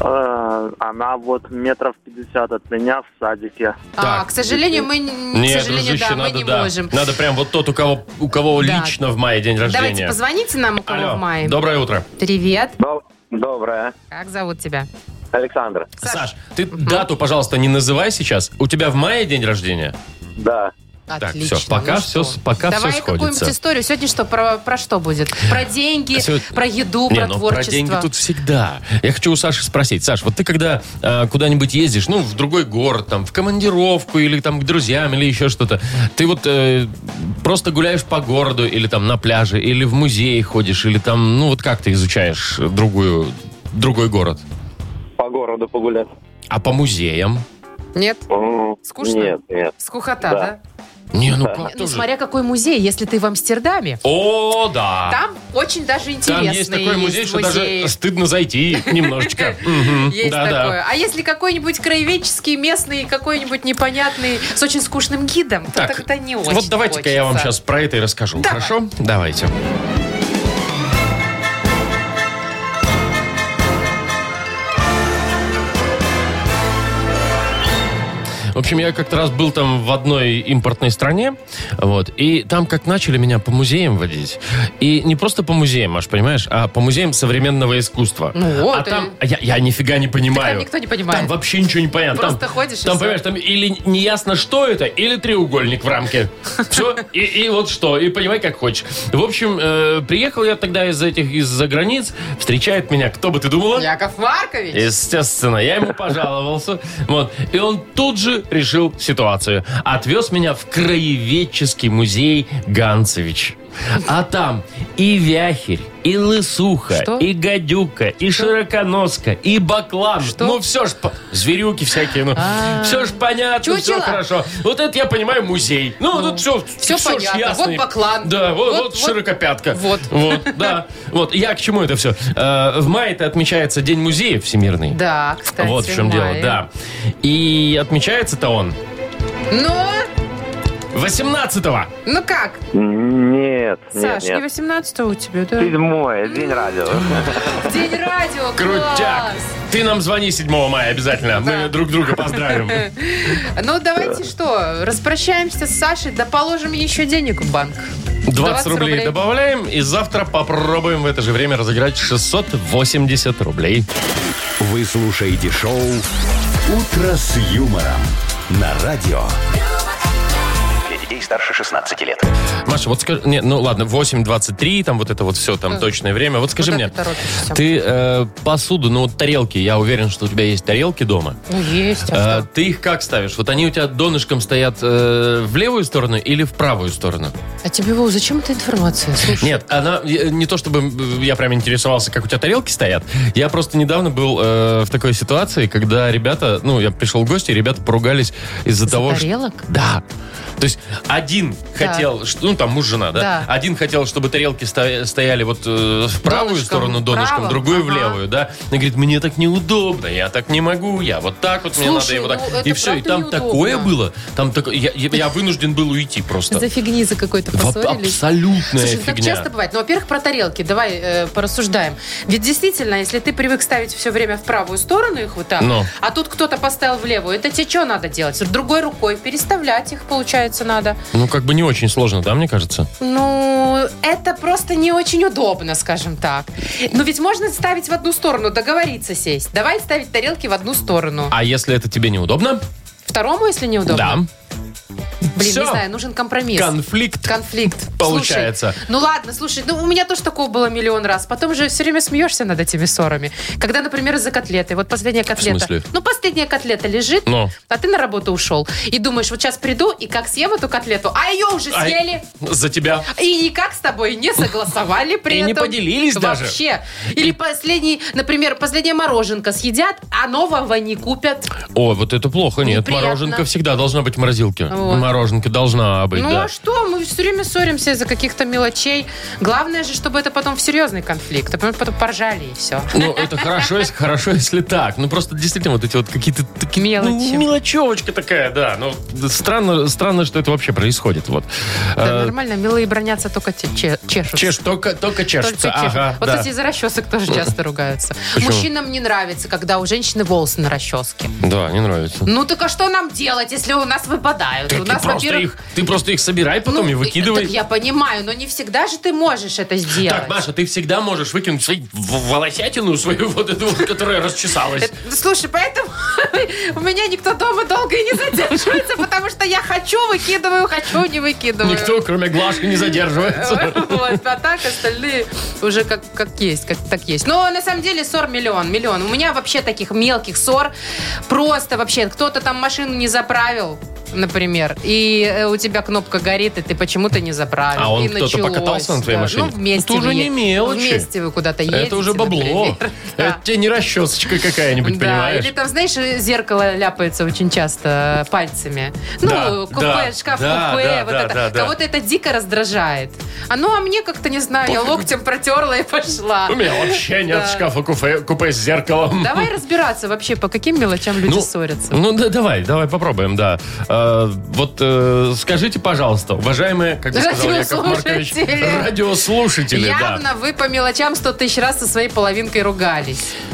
Speaker 4: А,
Speaker 6: Э, Она вот метров 50 от меня в садике.
Speaker 3: А,
Speaker 2: Так.
Speaker 3: к сожалению, мы, н- к
Speaker 2: Не,
Speaker 3: сожалению,
Speaker 2: дружище,
Speaker 3: да, мы
Speaker 2: надо,
Speaker 3: не
Speaker 2: да.
Speaker 3: можем.
Speaker 2: Надо прям вот тот, у кого, у кого
Speaker 3: Да.
Speaker 2: лично в мае день рождения.
Speaker 3: Давайте позвоните нам, у кого
Speaker 2: Алло,
Speaker 3: в мае.
Speaker 2: доброе утро.
Speaker 3: Привет.
Speaker 4: Доб- Доброе.
Speaker 3: Как зовут тебя?
Speaker 4: Александр.
Speaker 2: Саш, ты дату, пожалуйста, не называй сейчас. У тебя в мае день рождения?
Speaker 4: Да.
Speaker 2: Так,
Speaker 3: Отлично.
Speaker 2: всё, пока
Speaker 3: ну
Speaker 2: всё-
Speaker 3: что?
Speaker 2: пока всё
Speaker 3: Давай
Speaker 2: сходится.
Speaker 3: какую-нибудь историю. Сегодня что, про, про что будет? Про деньги,
Speaker 2: Сегодня-
Speaker 3: про еду,
Speaker 2: Не,
Speaker 3: про
Speaker 2: ну,
Speaker 3: творчество.
Speaker 2: про деньги тут всегда. Я хочу у Саши спросить. Саш, вот ты когда э, куда-нибудь ездишь, ну, в другой город, там, в командировку или там к друзьям или еще что-то, ты вот э, просто гуляешь по городу или там на пляже, или в музей ходишь, или там, ну, вот как ты изучаешь другую, другой город?
Speaker 4: По городу погулять.
Speaker 2: А по музеям?
Speaker 3: Нет?
Speaker 4: М,
Speaker 3: Скучно?
Speaker 4: Нет, нет.
Speaker 3: Скухота, да?
Speaker 4: Да.
Speaker 2: Не, ну как
Speaker 3: Ну,
Speaker 2: тоже?
Speaker 3: смотря какой музей, если ты в Амстердаме.
Speaker 2: О, да.
Speaker 3: Там очень даже интересный
Speaker 2: Там есть такой музей,
Speaker 3: есть
Speaker 2: что даже стыдно зайти немножечко. Мгм.
Speaker 3: Есть
Speaker 2: Да, да.
Speaker 3: такое. А если какой-нибудь краеведческий, местный, какой-нибудь непонятный, с очень скучным гидом, то
Speaker 2: Так,
Speaker 3: тогда не очень
Speaker 2: вот давайте-ка я вам
Speaker 3: хочется.
Speaker 2: сейчас про это и расскажу,
Speaker 3: Давай.
Speaker 2: хорошо? Давайте. В общем, я как-то раз был там в одной импортной стране, вот, и там как начали меня по музеям водить. И не просто по музеям, аж понимаешь, а по музеям современного искусства.
Speaker 3: Ну вот,
Speaker 2: а
Speaker 3: и-
Speaker 2: там, а я, я нифига не понимаю.
Speaker 3: там никто не понимает.
Speaker 2: Там вообще ничего не понятно.
Speaker 3: Просто
Speaker 2: Там-
Speaker 3: ходишь и
Speaker 2: Там,
Speaker 3: всё.
Speaker 2: понимаешь, там или неясно, что это, или треугольник в рамке. Все, и, и вот что, и понимай, как хочешь. В общем, э, приехал я тогда из этих, из-за границ, встречает меня, кто бы ты думала?
Speaker 3: Яков Маркович.
Speaker 2: Естественно, я ему пожаловался. Вот. И он тут же решил ситуацию. Отвез меня в краеведческий музей Ганцевич. А там и вяхерь, и лысуха,
Speaker 3: Что?
Speaker 2: и гадюка, и широконоска, и баклан. Ну, все ж... по- Зверюки всякие, ну.
Speaker 3: А.
Speaker 2: Все ж понятно, все
Speaker 3: Чучело?
Speaker 2: хорошо. Вот это, я понимаю, музей. Ну, тут все...
Speaker 3: всё понятно. Вот баклан.
Speaker 2: Да, вот,
Speaker 3: Вот-
Speaker 2: вот
Speaker 3: вот-
Speaker 2: широкопятка.
Speaker 3: Вот.
Speaker 2: Вот, да. Вот, я к чему это все? В мае-то отмечается День музеев всемирный.
Speaker 3: Да, кстати.
Speaker 2: Вот в чем дело,
Speaker 3: мае.
Speaker 2: да. И отмечается-то он
Speaker 3: Ну,
Speaker 2: 18-го.
Speaker 3: ну как,
Speaker 6: Нет,
Speaker 3: Саш, не
Speaker 6: нет, нет.
Speaker 3: 18 у тебя, да?
Speaker 6: Седьмое, день радио.
Speaker 3: День радио,
Speaker 2: Крутяк.
Speaker 3: класс!
Speaker 2: Ты нам звони 7 мая обязательно. Мы
Speaker 3: Да.
Speaker 2: друг друга поздравим.
Speaker 3: Ну, давайте что, распрощаемся с Сашей, да положим еще денег в банк.
Speaker 2: 20 рублей
Speaker 3: рублей.
Speaker 2: добавляем, и завтра попробуем в это же время разыграть 680 рублей.
Speaker 1: Вы слушаете шоу «Утро с юмором» на радио.
Speaker 5: Для детей старше 16 лет.
Speaker 2: Маша, вот скажи... Не, ну ладно, 8.23, там вот это вот все,
Speaker 3: Э,
Speaker 2: там точное время. Вот скажи
Speaker 3: Куда
Speaker 2: мне,
Speaker 3: ты торопишься?
Speaker 2: ты э, посуду, ну вот тарелки, я уверен, что у тебя есть тарелки дома.
Speaker 3: Ну, есть, а
Speaker 2: Э,
Speaker 3: что?
Speaker 2: ты их как ставишь? Вот они у тебя донышком стоят э, в левую сторону или в правую сторону?
Speaker 3: А тебе, Вов, зачем эта информация? Слушай,
Speaker 2: Нет, она э, не то чтобы м, я прям интересовался, как у тебя тарелки стоят. Я просто недавно был э, в такой ситуации, когда ребята, ну, я пришел в гости, и ребята поругались из-за
Speaker 3: За
Speaker 2: того,
Speaker 3: тарелок?
Speaker 2: что... Да. То есть один
Speaker 3: Да.
Speaker 2: хотел, что- ну там муж жена, да?
Speaker 3: Да.
Speaker 2: Один хотел, чтобы тарелки ста- стояли вот э, в правую
Speaker 3: Донышком
Speaker 2: сторону донышком,
Speaker 3: вправо,
Speaker 2: другую в
Speaker 3: ага.
Speaker 2: левую, да? И говорит, мне так неудобно, я так не могу, я вот так вот мне надо и
Speaker 3: Слушай,
Speaker 2: вот так.
Speaker 3: ну, это
Speaker 2: и все, и
Speaker 3: правда
Speaker 2: там
Speaker 3: неудобно.
Speaker 2: такое было, там такое, я, я- я вынужден был уйти просто.
Speaker 3: За фигни за какой-то
Speaker 2: Во-
Speaker 3: поссорились.
Speaker 2: Абсолютная
Speaker 3: Слушай, ну
Speaker 2: фигня.
Speaker 3: так часто бывает. Ну, во-первых, про тарелки. Давай э, порассуждаем. Ведь действительно, если ты привык ставить все время в правую сторону их вот так,
Speaker 2: Ну.
Speaker 3: а тут кто-то поставил в левую, это тебе что надо делать? Другой рукой переставлять их, получается, надо.
Speaker 2: Ну, как бы не очень сложно, да, мне кажется?
Speaker 3: Ну, это просто не очень удобно, скажем так. Но ведь можно ставить в одну сторону, договориться сесть. Давай ставить тарелки в одну сторону.
Speaker 2: А если это тебе неудобно?
Speaker 3: Второму, если неудобно. Блин,
Speaker 2: Всё.
Speaker 3: не знаю, нужен компромисс.
Speaker 2: Конфликт.
Speaker 3: Конфликт.
Speaker 2: Получается.
Speaker 3: Слушай, ну ладно, слушай, ну у меня тоже такого было миллион раз. Потом же все время смеешься над этими ссорами. Когда, например, из-за котлеты. Вот последняя котлета.
Speaker 2: смысле?
Speaker 3: Ну, последняя котлета лежит,
Speaker 2: Ну.
Speaker 3: а ты на работу ушел. И думаешь, вот сейчас приду, и как съем эту котлету, а ее уже
Speaker 2: Ай,
Speaker 3: съели.
Speaker 2: За тебя.
Speaker 3: И никак с тобой не согласовали при
Speaker 2: И
Speaker 3: этом.
Speaker 2: не поделились даже.
Speaker 3: Вообще. Или последний, например, последняя мороженка съедят, а нового не купят.
Speaker 2: О, вот это плохо, нет.
Speaker 3: Неприятно.
Speaker 2: Мороженка всегда должна быть в морозилке.
Speaker 3: Вот.
Speaker 2: Мороженка должна быть,
Speaker 3: ну
Speaker 2: да.
Speaker 3: а что? Мы все время ссоримся из-за каких-то мелочей. Главное же, чтобы это потом в серьезный конфликт. А потом, потом поржали и все.
Speaker 2: Ну, это хорошо, если, хорошо, если так. Ну, просто действительно, вот эти вот какие-то такие... ну,
Speaker 3: Мелочи.
Speaker 2: мелочевочка такая, да. Ну, странно, странно, что это вообще происходит. Вот.
Speaker 3: Да,
Speaker 2: Э,
Speaker 3: нормально, милые бронятся только те- че- чешутся.
Speaker 2: чеш- только, только чешется.
Speaker 3: Только чешут.
Speaker 2: Ага,
Speaker 3: вот
Speaker 2: да.
Speaker 3: эти из-за расчесок тоже часто ругаются.
Speaker 2: Почему?
Speaker 3: Мужчинам не нравится, когда у женщины волосы на расческе.
Speaker 2: да, не нравится.
Speaker 3: Ну так а что нам делать, если у нас выпадают?
Speaker 2: Так
Speaker 3: у
Speaker 2: ты,
Speaker 3: нас,
Speaker 2: просто их, ты просто их собирай потом и
Speaker 3: Ну,
Speaker 2: выкидывай.
Speaker 3: Так я понимаю, но не всегда же ты можешь это сделать.
Speaker 2: Так, Маша, ты всегда можешь выкинуть свою в- волосятину свою, вот эту, вот, которая расчесалась.
Speaker 3: Это- ну, Слушай, поэтому у меня никто дома долго и не задерживается, потому что я хочу, выкидываю, хочу, не выкидываю.
Speaker 2: Никто, кроме Глашки, не задерживается.
Speaker 3: Вот, а так остальные уже как, как есть, как так есть. Но на самом деле ссор миллион, миллион. У меня вообще таких мелких ссор просто вообще. Кто-то там машину не заправил, например, и э, у тебя кнопка горит, и ты почему-то не заправил.
Speaker 2: А он
Speaker 3: и
Speaker 2: кто-то покатался на твоей
Speaker 3: да.
Speaker 2: машине?
Speaker 3: Ну, вместе.
Speaker 2: Это уже
Speaker 3: вы
Speaker 2: не
Speaker 3: е-
Speaker 2: мелочи.
Speaker 3: Вместе вы куда-то едете,
Speaker 2: Это уже бабло.
Speaker 3: например. Да.
Speaker 2: Это тебе не расчесочка какая-нибудь,
Speaker 3: Да,
Speaker 2: понимаешь?
Speaker 3: или там, знаешь, зеркало ляпается очень часто пальцами. Ну,
Speaker 2: Да,
Speaker 3: купе,
Speaker 2: да,
Speaker 3: шкаф
Speaker 2: да,
Speaker 3: купе,
Speaker 2: да,
Speaker 3: вот
Speaker 2: да,
Speaker 3: это.
Speaker 2: да, да.
Speaker 3: Кого-то это дико раздражает. А ну, а мне как-то, не знаю, я локтем протерла и пошла.
Speaker 2: У меня вообще нет
Speaker 3: Да.
Speaker 2: шкафа купе, купе с зеркалом.
Speaker 3: Давай разбираться вообще, по каким мелочам люди ссорятся.
Speaker 2: Ну да, давай, давай попробуем, да. Э, вот э, скажите, пожалуйста, уважаемые, как бы сказал Яков Маркович,
Speaker 3: Радиослушатели.
Speaker 2: радиослушатели, да.
Speaker 3: Явно вы по мелочам сто тысяч раз со своей половинкой ругались.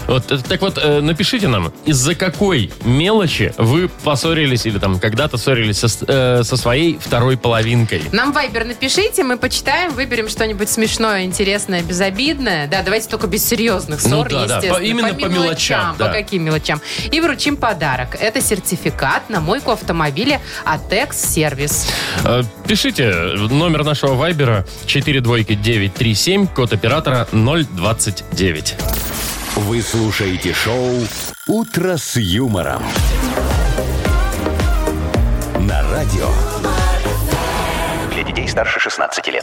Speaker 2: Вот, э, так вот, э, напишите нам, из-за какой мелочи вы поссорились или там когда-то ссорились со, с- э, со своей второй половинкой.
Speaker 3: Нам вайбер напишите, мы почитаем, выберем что-нибудь смешное, интересное, безобидное. Да, давайте только без серьезных
Speaker 2: Ну
Speaker 3: ссор,
Speaker 2: да, да,
Speaker 3: естественно.
Speaker 2: по- именно по мелочам, да.
Speaker 3: По каким мелочам. И вручим подарок. Это сертификат на мойку автомобиля от Экс-сервис.
Speaker 2: Э, Пишите номер нашего вайбера 42937, код оператора 029.
Speaker 1: Вы слушаете шоу «Утро с юмором». На радио.
Speaker 5: Для детей старше 16 лет.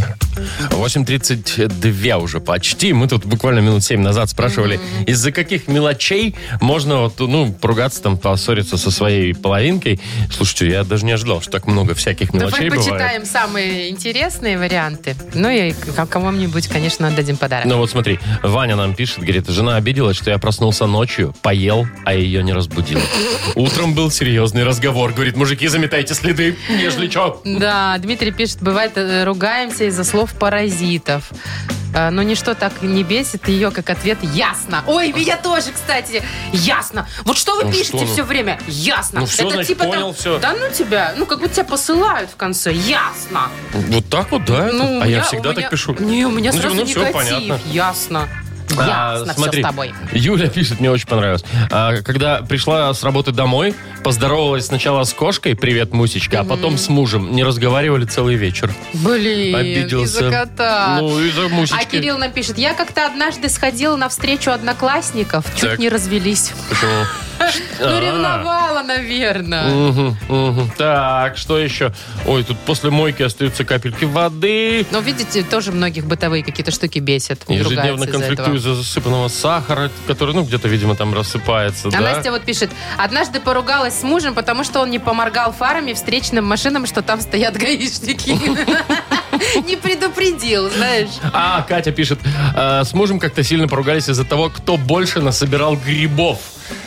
Speaker 2: 8.32 уже почти. Мы тут буквально минут 7 назад спрашивали, из-за каких мелочей можно вот, ну, поругаться, там, поссориться со своей половинкой. Слушайте, я даже не ожидал, что так много всяких мелочей
Speaker 3: Давай
Speaker 2: Ну, бывает.
Speaker 3: почитаем самые интересные варианты. Ну и к- кому-нибудь, конечно, отдадим подарок.
Speaker 2: Ну вот смотри, Ваня нам пишет, говорит, жена обиделась, что я проснулся ночью, поел, а ее не разбудил. Утром был серьезный разговор. Говорит, мужики, заметайте следы, нежели чё.
Speaker 3: Да, Дмитрий пишет, бывает, э, ругаемся из-за слов паразитов. Э, Но ничто так не бесит ее, как ответ «ясно». Ой, меня тоже, кстати, «ясно». Вот что вы
Speaker 2: Ну
Speaker 3: пишете
Speaker 2: что, ну?
Speaker 3: все время? «Ясно».
Speaker 2: Ну
Speaker 3: типа
Speaker 2: всё, значит, понял,
Speaker 3: там,
Speaker 2: всё.
Speaker 3: Да ну тебя, ну как будто тебя посылают в конце. «Ясно».
Speaker 2: Вот так вот, да?
Speaker 3: Ну, у
Speaker 2: а я
Speaker 3: меня-
Speaker 2: всегда
Speaker 3: у меня-
Speaker 2: так пишу.
Speaker 3: Не, у меня
Speaker 2: Ну,
Speaker 3: сразу
Speaker 2: ну, всё,
Speaker 3: негатив.
Speaker 2: понятно.
Speaker 3: «Ясно».
Speaker 2: А,
Speaker 3: Ясно,
Speaker 2: смотри,
Speaker 3: все с тобой.
Speaker 2: Юля пишет, мне очень понравилось. А, когда пришла с работы домой, поздоровалась сначала с кошкой, привет, Мусечка, а потом с мужем. Не разговаривали целый вечер.
Speaker 3: Блин,
Speaker 2: Обиделся.
Speaker 3: из-за кота.
Speaker 2: Ну, из-за Мусечки.
Speaker 3: а Кирилл нам пишет, я как-то однажды сходила на встречу одноклассников, чуть
Speaker 2: Так.
Speaker 3: не развелись.
Speaker 2: Почему?
Speaker 3: Ну,
Speaker 2: А.
Speaker 3: ревновала, наверное.
Speaker 2: Мгм, мгм. Так, что еще? Ой, тут после мойки остаются капельки воды.
Speaker 3: Но видите, тоже многих бытовые какие-то штуки бесят.
Speaker 2: Ежедневно
Speaker 3: ругаются из-за
Speaker 2: конфликтую
Speaker 3: этого.
Speaker 2: из-за засыпанного сахара, который, ну, где-то, видимо, там рассыпается,
Speaker 3: А
Speaker 2: да?
Speaker 3: Настя вот пишет, однажды поругалась с мужем, потому что он не поморгал фарами встречным машинам, что там стоят гаишники. Не предупредил, знаешь.
Speaker 2: А, Катя пишет, «Э, с мужем как-то сильно поругались из-за того, кто больше насобирал грибов.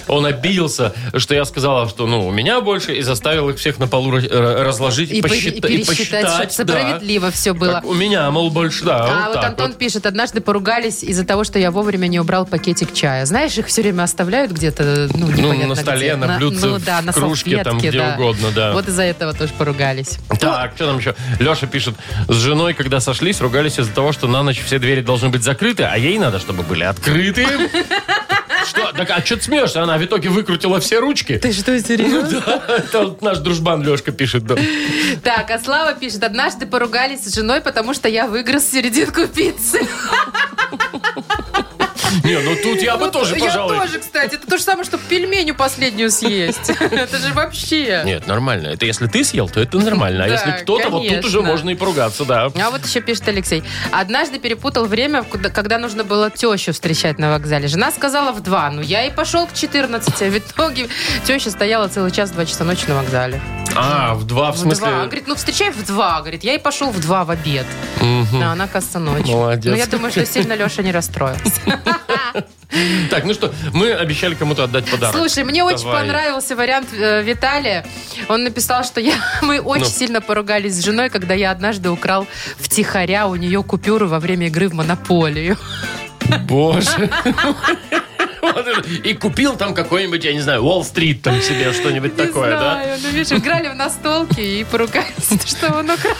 Speaker 2: Он обиделся, что я сказала, что ну, у меня больше, и заставил их всех на полу ра- э, разложить и,
Speaker 3: И по- и
Speaker 2: посчита- и
Speaker 3: пересчитать, чтобы
Speaker 2: посчитать. да.
Speaker 3: справедливо все было.
Speaker 2: Как у меня, мол, больше, да.
Speaker 3: А вот
Speaker 2: так
Speaker 3: Антон
Speaker 2: вот.
Speaker 3: пишет, однажды поругались из-за того, что я вовремя не убрал пакетик чая. Знаешь, их все время оставляют где-то, ну, непонятно
Speaker 2: на столе,
Speaker 3: где.
Speaker 2: на блюдце,
Speaker 3: ну, да,
Speaker 2: в
Speaker 3: на
Speaker 2: кружке, там,
Speaker 3: салфетке,
Speaker 2: где угодно, да.
Speaker 3: Вот из-за этого тоже поругались.
Speaker 2: Так, что там еще? Леша пишет, с женой, когда сошлись, ругались из-за того, что на ночь все двери должны быть закрыты, а ей надо, чтобы были открыты. Что? Так, а что ты смеешься? Она в итоге выкрутила все ручки.
Speaker 3: Ты что, серьезно?
Speaker 2: Это вот наш дружбан Лешка пишет. да.
Speaker 3: Так, а Слава пишет, однажды поругались с женой, потому что я выгрыз серединку пиццы.
Speaker 2: Не, ну тут я бы тоже,
Speaker 3: Я
Speaker 2: пожалуй.
Speaker 3: тоже, кстати. Это то же самое, что пельменю последнюю съесть. Это же вообще...
Speaker 2: Нет, нормально. Это если ты съел, то это нормально. А
Speaker 3: Да,
Speaker 2: если кто-то, вот тут
Speaker 3: конечно.
Speaker 2: уже можно и поругаться, да.
Speaker 3: А вот еще пишет Алексей. Однажды перепутал время, куда- когда нужно было тещу встречать на вокзале. Жена сказала в 2, ну я и пошел к 14, а в итоге теща стояла целый час, 2 часа ночи на вокзале.
Speaker 2: А, в два, в смысле...
Speaker 3: два. Говорит, ну встречай в 2, говорит, я и пошел в 2 в обед.
Speaker 2: Мгм.
Speaker 3: А она, оказывается, ночью.
Speaker 2: Молодец.
Speaker 3: Ну я думаю, что сильно Леша не расстроился.
Speaker 2: Так, ну что, мы обещали кому-то отдать подарок.
Speaker 3: Слушай, мне очень
Speaker 2: Давай.
Speaker 3: понравился вариант э, Виталия. Он написал, что я, мы очень
Speaker 2: Ну.
Speaker 3: сильно поругались с женой, когда я однажды украл втихаря у нее купюры во время игры в монополию.
Speaker 2: Боже. Вот это. И купил там какой-нибудь, я не знаю, Уолл-стрит там себе что-нибудь
Speaker 3: Не
Speaker 2: такое, да?
Speaker 3: знаю, ну видишь, играли в настолки и поругались, что он украл.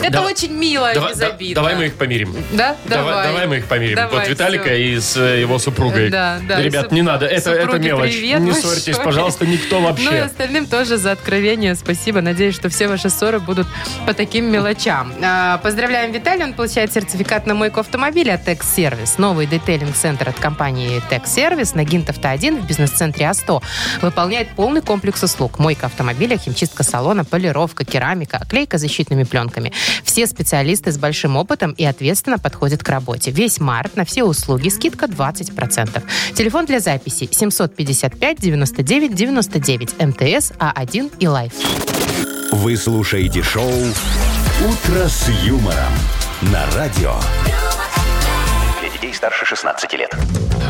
Speaker 3: Это
Speaker 2: Давай-
Speaker 3: очень мило и
Speaker 2: Давай- да-
Speaker 3: безобидно.
Speaker 2: давай мы их помирим.
Speaker 3: Да?
Speaker 2: Давай.
Speaker 3: Давай.
Speaker 2: давай мы их помирим.
Speaker 3: Давай,
Speaker 2: вот Виталика
Speaker 3: всё.
Speaker 2: и с э, его супругой.
Speaker 3: Да, да.
Speaker 2: Ребят,
Speaker 3: Суп-
Speaker 2: не надо. Это, это
Speaker 3: супруги,
Speaker 2: мелочь.
Speaker 3: привет
Speaker 2: не
Speaker 3: большой.
Speaker 2: ссорьтесь, пожалуйста, никто
Speaker 3: Ну и
Speaker 2: вообще.
Speaker 3: остальным тоже за откровение спасибо. Надеюсь, что все ваши ссоры будут по таким мелочам. А, Поздравляем Виталия. Он получает сертификат на мойку автомобиля от Текс-сервис. Новый детейлинг-центр от компании Текс-сервис на Гинтовта-1 в бизнес-центре А100. Выполняет полный комплекс услуг. Мойка автомобиля, химчистка салона, полировка, керамика, оклейка защитными пленками. Все специалисты с большим опытом и ответственно подходят к работе. Весь март на все услуги скидка 20%. Телефон для записи 755 99 99 МТС А1 А и Лайф.
Speaker 1: Вы слушаете шоу «Утро с юмором» на радио.
Speaker 5: Для детей старше 16 лет.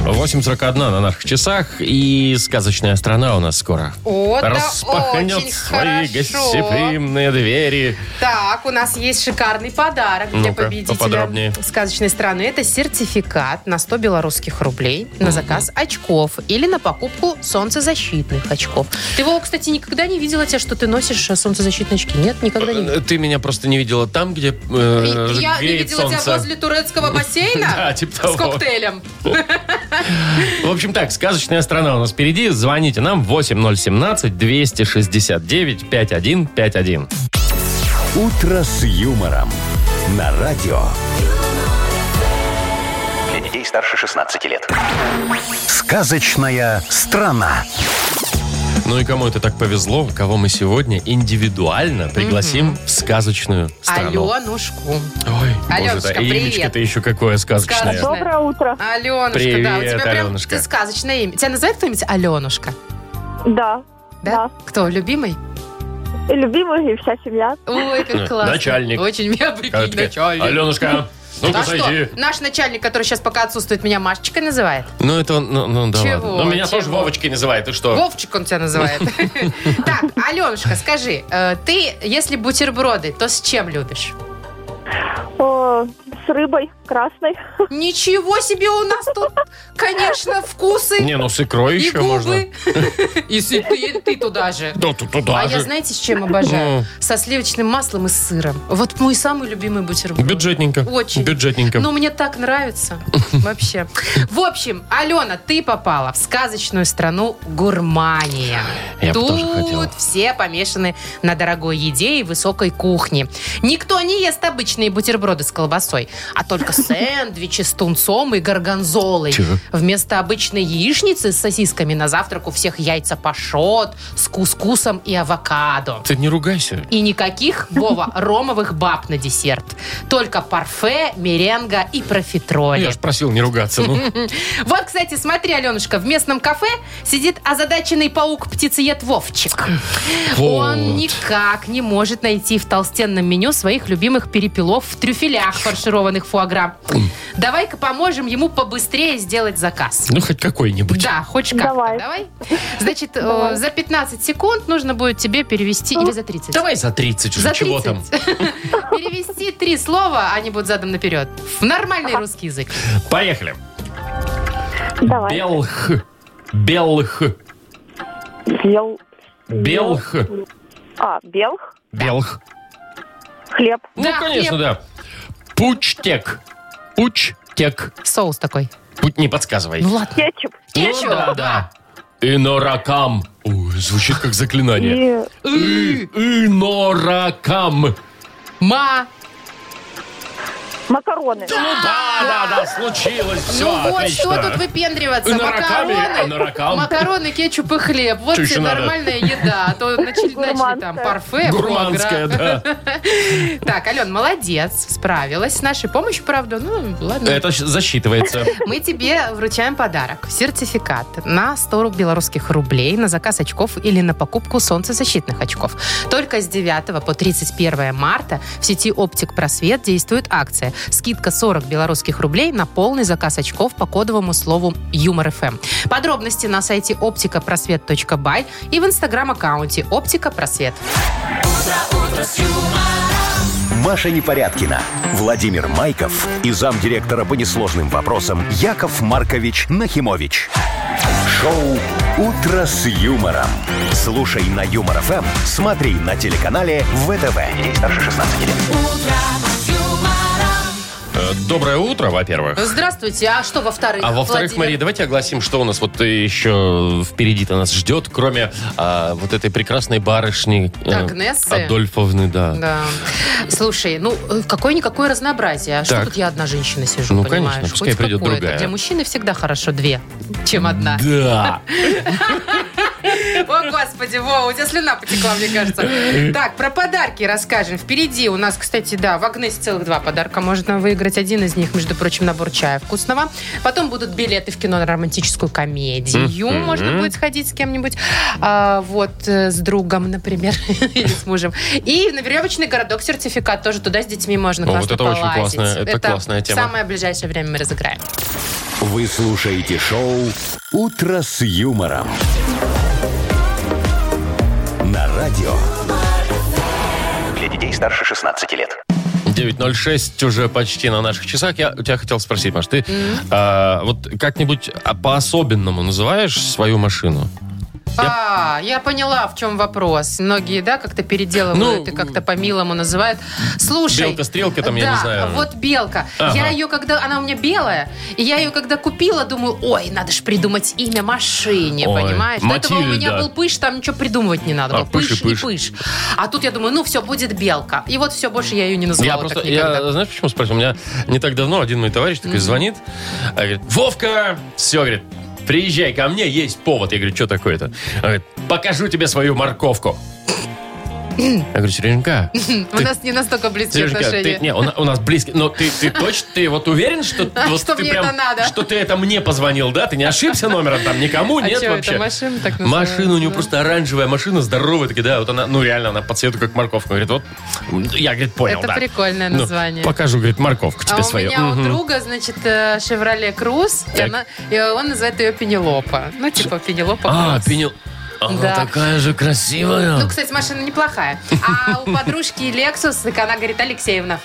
Speaker 2: 8.41 на наших часах. И сказочная страна у нас скоро.
Speaker 3: О, да
Speaker 2: Распахнет
Speaker 3: очень
Speaker 2: свои
Speaker 3: хорошо.
Speaker 2: гостеприимные двери.
Speaker 3: Так, у нас есть шикарный подарок для
Speaker 2: Ну-ка,
Speaker 3: победителя
Speaker 2: поподробнее.
Speaker 3: сказочной страны. Это сертификат на 100 белорусских рублей на заказ очков или на покупку солнцезащитных очков. Ты, Вова, кстати, никогда не видела тебя, что ты носишь э, солнцезащитные очки? Нет, никогда не видела.
Speaker 2: Э, Ты меня просто не видела там, где э,
Speaker 3: И- Я не
Speaker 2: греет
Speaker 3: видела тебя
Speaker 2: солнце.
Speaker 3: возле турецкого бассейна
Speaker 2: Да, типа
Speaker 3: с
Speaker 2: того.
Speaker 3: коктейлем.
Speaker 2: В общем так, сказочная страна у нас впереди. Звоните нам 8017-269-5151.
Speaker 1: «Утро с юмором» на радио.
Speaker 5: Для детей старше 16 лет.
Speaker 1: «Сказочная страна».
Speaker 2: Ну и кому это так повезло, кого мы сегодня индивидуально пригласим в сказочную страну.
Speaker 3: Аленушку.
Speaker 2: Ой, боже,
Speaker 3: Аленушка,
Speaker 2: да, и
Speaker 3: привет.
Speaker 2: имечко-то еще какое сказочное.
Speaker 3: Сказочное.
Speaker 7: Доброе утро.
Speaker 3: Аленушка, да, у тебя
Speaker 2: Привет,
Speaker 3: прям
Speaker 2: Аленушка.
Speaker 3: ты сказочное имя. Тебя называют кто-нибудь Аленушка?
Speaker 7: Да.
Speaker 3: Да?
Speaker 7: Да.
Speaker 3: Кто, любимый?
Speaker 7: И любимый, и вся семья.
Speaker 3: Ой,
Speaker 2: Э,
Speaker 3: как классно.
Speaker 2: начальник.
Speaker 3: Очень меня
Speaker 2: Как
Speaker 3: прикинь,
Speaker 2: ты?
Speaker 3: начальник.
Speaker 2: Аленушка, ну-ка
Speaker 3: А
Speaker 2: зайди.
Speaker 3: что, наш начальник, который сейчас пока отсутствует, меня Машечкой называет?
Speaker 2: Ну это, он- ну, ну да
Speaker 3: Чего,
Speaker 2: ладно. Ну меня тоже
Speaker 3: чего?
Speaker 2: Вовочкой называет, ты что?
Speaker 3: Вовчик он тебя называет.
Speaker 2: Ну.
Speaker 3: Так, Аленушка, скажи, э, ты, если бутерброды, то с чем любишь?
Speaker 7: О, с рыбой красной.
Speaker 3: Ничего себе у нас тут, конечно, вкусы
Speaker 2: Не, ну с икрой
Speaker 3: и
Speaker 2: еще можно.
Speaker 3: губы. И с- и ты ты туда же.
Speaker 2: Да, ту- туда
Speaker 3: А я
Speaker 2: же.
Speaker 3: знаете, с чем обожаю?
Speaker 2: Ну.
Speaker 3: Со сливочным маслом и с сыром. Вот мой самый любимый бутерброд.
Speaker 2: Бюджетненько.
Speaker 3: Очень.
Speaker 2: Бюджетненько.
Speaker 3: Ну, мне так нравится. Вообще. В общем, Алена, ты попала в сказочную страну гурмания.
Speaker 2: Я бы
Speaker 3: Тут
Speaker 2: тоже хотел.
Speaker 3: все помешаны на дорогой еде и высокой кухне. Никто не ест обычные бутерброды с колбасой, а только сэндвичи с тунцом и горгонзолой.
Speaker 2: Чего?
Speaker 3: Вместо обычной яичницы с сосисками на завтрак у всех яйца пашот с кускусом и авокадо.
Speaker 2: Ты не ругайся.
Speaker 3: И никаких, Вова, ромовых баб на десерт. Только парфе, меренга и профитроли.
Speaker 2: Я ж просил не ругаться. Ну,
Speaker 3: Вот, кстати, смотри, Аленушка, в местном кафе сидит озадаченный паук-птицеед Вовчик.
Speaker 2: Вот.
Speaker 3: Он никак не может найти в толстенном меню своих любимых перепелов в трюфелях, фаршированных фуагра. Давай-ка поможем ему побыстрее сделать заказ.
Speaker 2: ну хоть какой-нибудь.
Speaker 3: Да, хочешь как
Speaker 7: Давай.
Speaker 3: Давай. Значит, э,
Speaker 7: Давай.
Speaker 3: за 15 секунд нужно будет тебе перевести, или за 30.
Speaker 2: Давай за 30 уже,
Speaker 3: За
Speaker 2: чего там?
Speaker 3: 30. Перевести три слова, они будут задом наперед. В нормальный русский язык.
Speaker 2: Поехали.
Speaker 7: Давай.
Speaker 2: Белх. Белх.
Speaker 7: Бел.
Speaker 2: Белх.
Speaker 7: А, бел.
Speaker 2: Белх.
Speaker 7: Хлеб.
Speaker 2: Ну,
Speaker 3: Да,
Speaker 2: конечно, да. Пучтек. Пучтек.
Speaker 3: Соус такой.
Speaker 2: Путь не подсказывай.
Speaker 3: Ну ладно.
Speaker 7: Кетчуп.
Speaker 2: Ну,
Speaker 3: Кетчуп.
Speaker 2: да, да. Иноракам. Ой, звучит как заклинание.
Speaker 7: И
Speaker 2: И- Иноракам.
Speaker 3: Ма.
Speaker 7: макароны.
Speaker 2: Ну да, да, да, случилось. Все,
Speaker 3: ну вот,
Speaker 2: отлично.
Speaker 3: что тут выпендриваться?
Speaker 2: На раками, а
Speaker 3: Макароны,
Speaker 2: на ракам?
Speaker 3: макароны, кетчуп и хлеб. Вот
Speaker 2: Чё
Speaker 3: тебе
Speaker 2: ещё надо?
Speaker 3: нормальная еда. А то начали, начали там
Speaker 7: Гурманская.
Speaker 3: парфе,
Speaker 2: Гурманская,
Speaker 3: фуагра.
Speaker 2: да.
Speaker 3: Так, Ален, молодец, справилась. С нашей помощью, правда, ну ладно.
Speaker 2: Это щ- засчитывается.
Speaker 3: Мы тебе вручаем подарок. Сертификат на 100 белорусских рублей на заказ очков или на покупку солнцезащитных очков. Только с 9 по 31 марта в сети «Оптик Просвет» действует акция. Скидка 40 белорусских рублей на полный заказ очков по кодовому слову «Юмор ФМ». Подробности на сайте оптикапросвет.бай и в инстаграм-аккаунте «Оптика Просвет».
Speaker 1: Маша Непорядкина, Владимир Майков и замдиректора по несложным вопросам Яков Маркович Нахимович. Шоу «Утро с юмором». Слушай на Юмор ФМ, смотри на телеканале ВТВ. Ей старше 16 лет.
Speaker 2: Э, Доброе утро, во-первых.
Speaker 3: Здравствуйте. А что во-вторых?
Speaker 2: А во-вторых,
Speaker 3: Владимир?
Speaker 2: Мария, давайте огласим, что у нас вот еще впереди-то нас ждет, кроме а, вот этой прекрасной барышни э,
Speaker 3: Агнессы.
Speaker 2: Адольфовны, да.
Speaker 3: Да. Слушай, ну э, какое-никакое разнообразие. А что
Speaker 2: Так.
Speaker 3: тут я одна женщина сижу,
Speaker 2: Ну,
Speaker 3: понимаешь?
Speaker 2: конечно, пускай
Speaker 3: Хоть
Speaker 2: придет
Speaker 3: какое-то.
Speaker 2: другая.
Speaker 3: Для мужчины всегда хорошо две, чем одна.
Speaker 2: Да.
Speaker 3: О, господи, Вова, у тебя слюна потекла, мне кажется. Так, про подарки расскажем. Впереди у нас, кстати, да, в Агнесе целых два подарка можно выиграть. Один из них, между прочим, набор чая вкусного. Потом будут билеты в кино на романтическую комедию.
Speaker 2: Мгм.
Speaker 3: Можно будет сходить с кем-нибудь. А, вот, э, с другом, например, или с мужем. И на веревочный городок сертификат тоже туда с детьми можно
Speaker 2: О, вот
Speaker 3: классно
Speaker 2: это очень
Speaker 3: полазить.
Speaker 2: классная- это классная тема.
Speaker 3: В самое ближайшее время мы разыграем.
Speaker 1: Вы слушаете шоу «Утро с юмором». На радио.
Speaker 5: Для детей старше 16 лет.
Speaker 2: 9.06 уже почти на наших часах. Я у тебя хотел спросить, Маш, ты а, вот как-нибудь а, по-особенному называешь свою машину?
Speaker 3: А, я поняла, в чем вопрос. Многие, да, как-то переделывают
Speaker 2: Ну,
Speaker 3: и как-то по-милому называют. Слушай.
Speaker 2: белка, стрелка там, я не
Speaker 3: да,
Speaker 2: знаю.
Speaker 3: вот белка.
Speaker 2: Ага.
Speaker 3: Я ее, когда... Она у меня белая. И я ее, когда купила, думаю, ой, надо же придумать имя машине,
Speaker 2: Ой,
Speaker 3: понимаешь? До этого у меня
Speaker 2: Матильда.
Speaker 3: был пыш, там ничего придумывать не надо
Speaker 2: А,
Speaker 3: было.
Speaker 2: пыш и
Speaker 3: пыш, не
Speaker 2: пыш.
Speaker 3: пыш. А тут я думаю, ну все, будет белка. И вот все, больше я ее не называла
Speaker 2: Я
Speaker 3: так
Speaker 2: просто,
Speaker 3: никогда.
Speaker 2: я, знаешь, почему спросил? У меня не так давно один мой товарищ такой звонит, а говорит, Вовка, все, говорит, приезжай ко мне, есть повод. Я говорю, что такое-то? Он говорит, покажу тебе свою морковку. Я говорю, Сереженька,
Speaker 3: У нас не настолько близкие
Speaker 2: Сереженька,
Speaker 3: отношения.
Speaker 2: ты, не, у, на- у нас близкий, но ты, ты точно, ты вот уверен, что, вот
Speaker 3: Что
Speaker 2: ты
Speaker 3: мне это надо?
Speaker 2: что ты это мне позвонил, да? Ты не ошибся номером там никому,
Speaker 3: А
Speaker 2: нет
Speaker 3: чё, это
Speaker 2: вообще?
Speaker 3: машина так называется,
Speaker 2: Машина у нее
Speaker 3: да?
Speaker 2: просто оранжевая машина, здоровая, такая, да, вот она, ну реально, она по цвету как морковка. Говорит, вот, я, говорит, понял,
Speaker 3: Это
Speaker 2: да.
Speaker 3: прикольное
Speaker 2: Ну,
Speaker 3: название.
Speaker 2: покажу, говорит, морковку тебе
Speaker 3: А
Speaker 2: свою.
Speaker 3: у меня
Speaker 2: Мгм.
Speaker 3: у друга, значит, э, Шевроле Круз, и,
Speaker 2: Так.
Speaker 3: она- и он называет ее Пенелопа. Ну, типа Пенелопа
Speaker 2: А,
Speaker 3: Круз.
Speaker 2: пенел... а, Она
Speaker 3: Да.
Speaker 2: такая же красивая.
Speaker 3: Ну, кстати, машина неплохая. А у подружки Лексус, так она говорит, Алексеевна.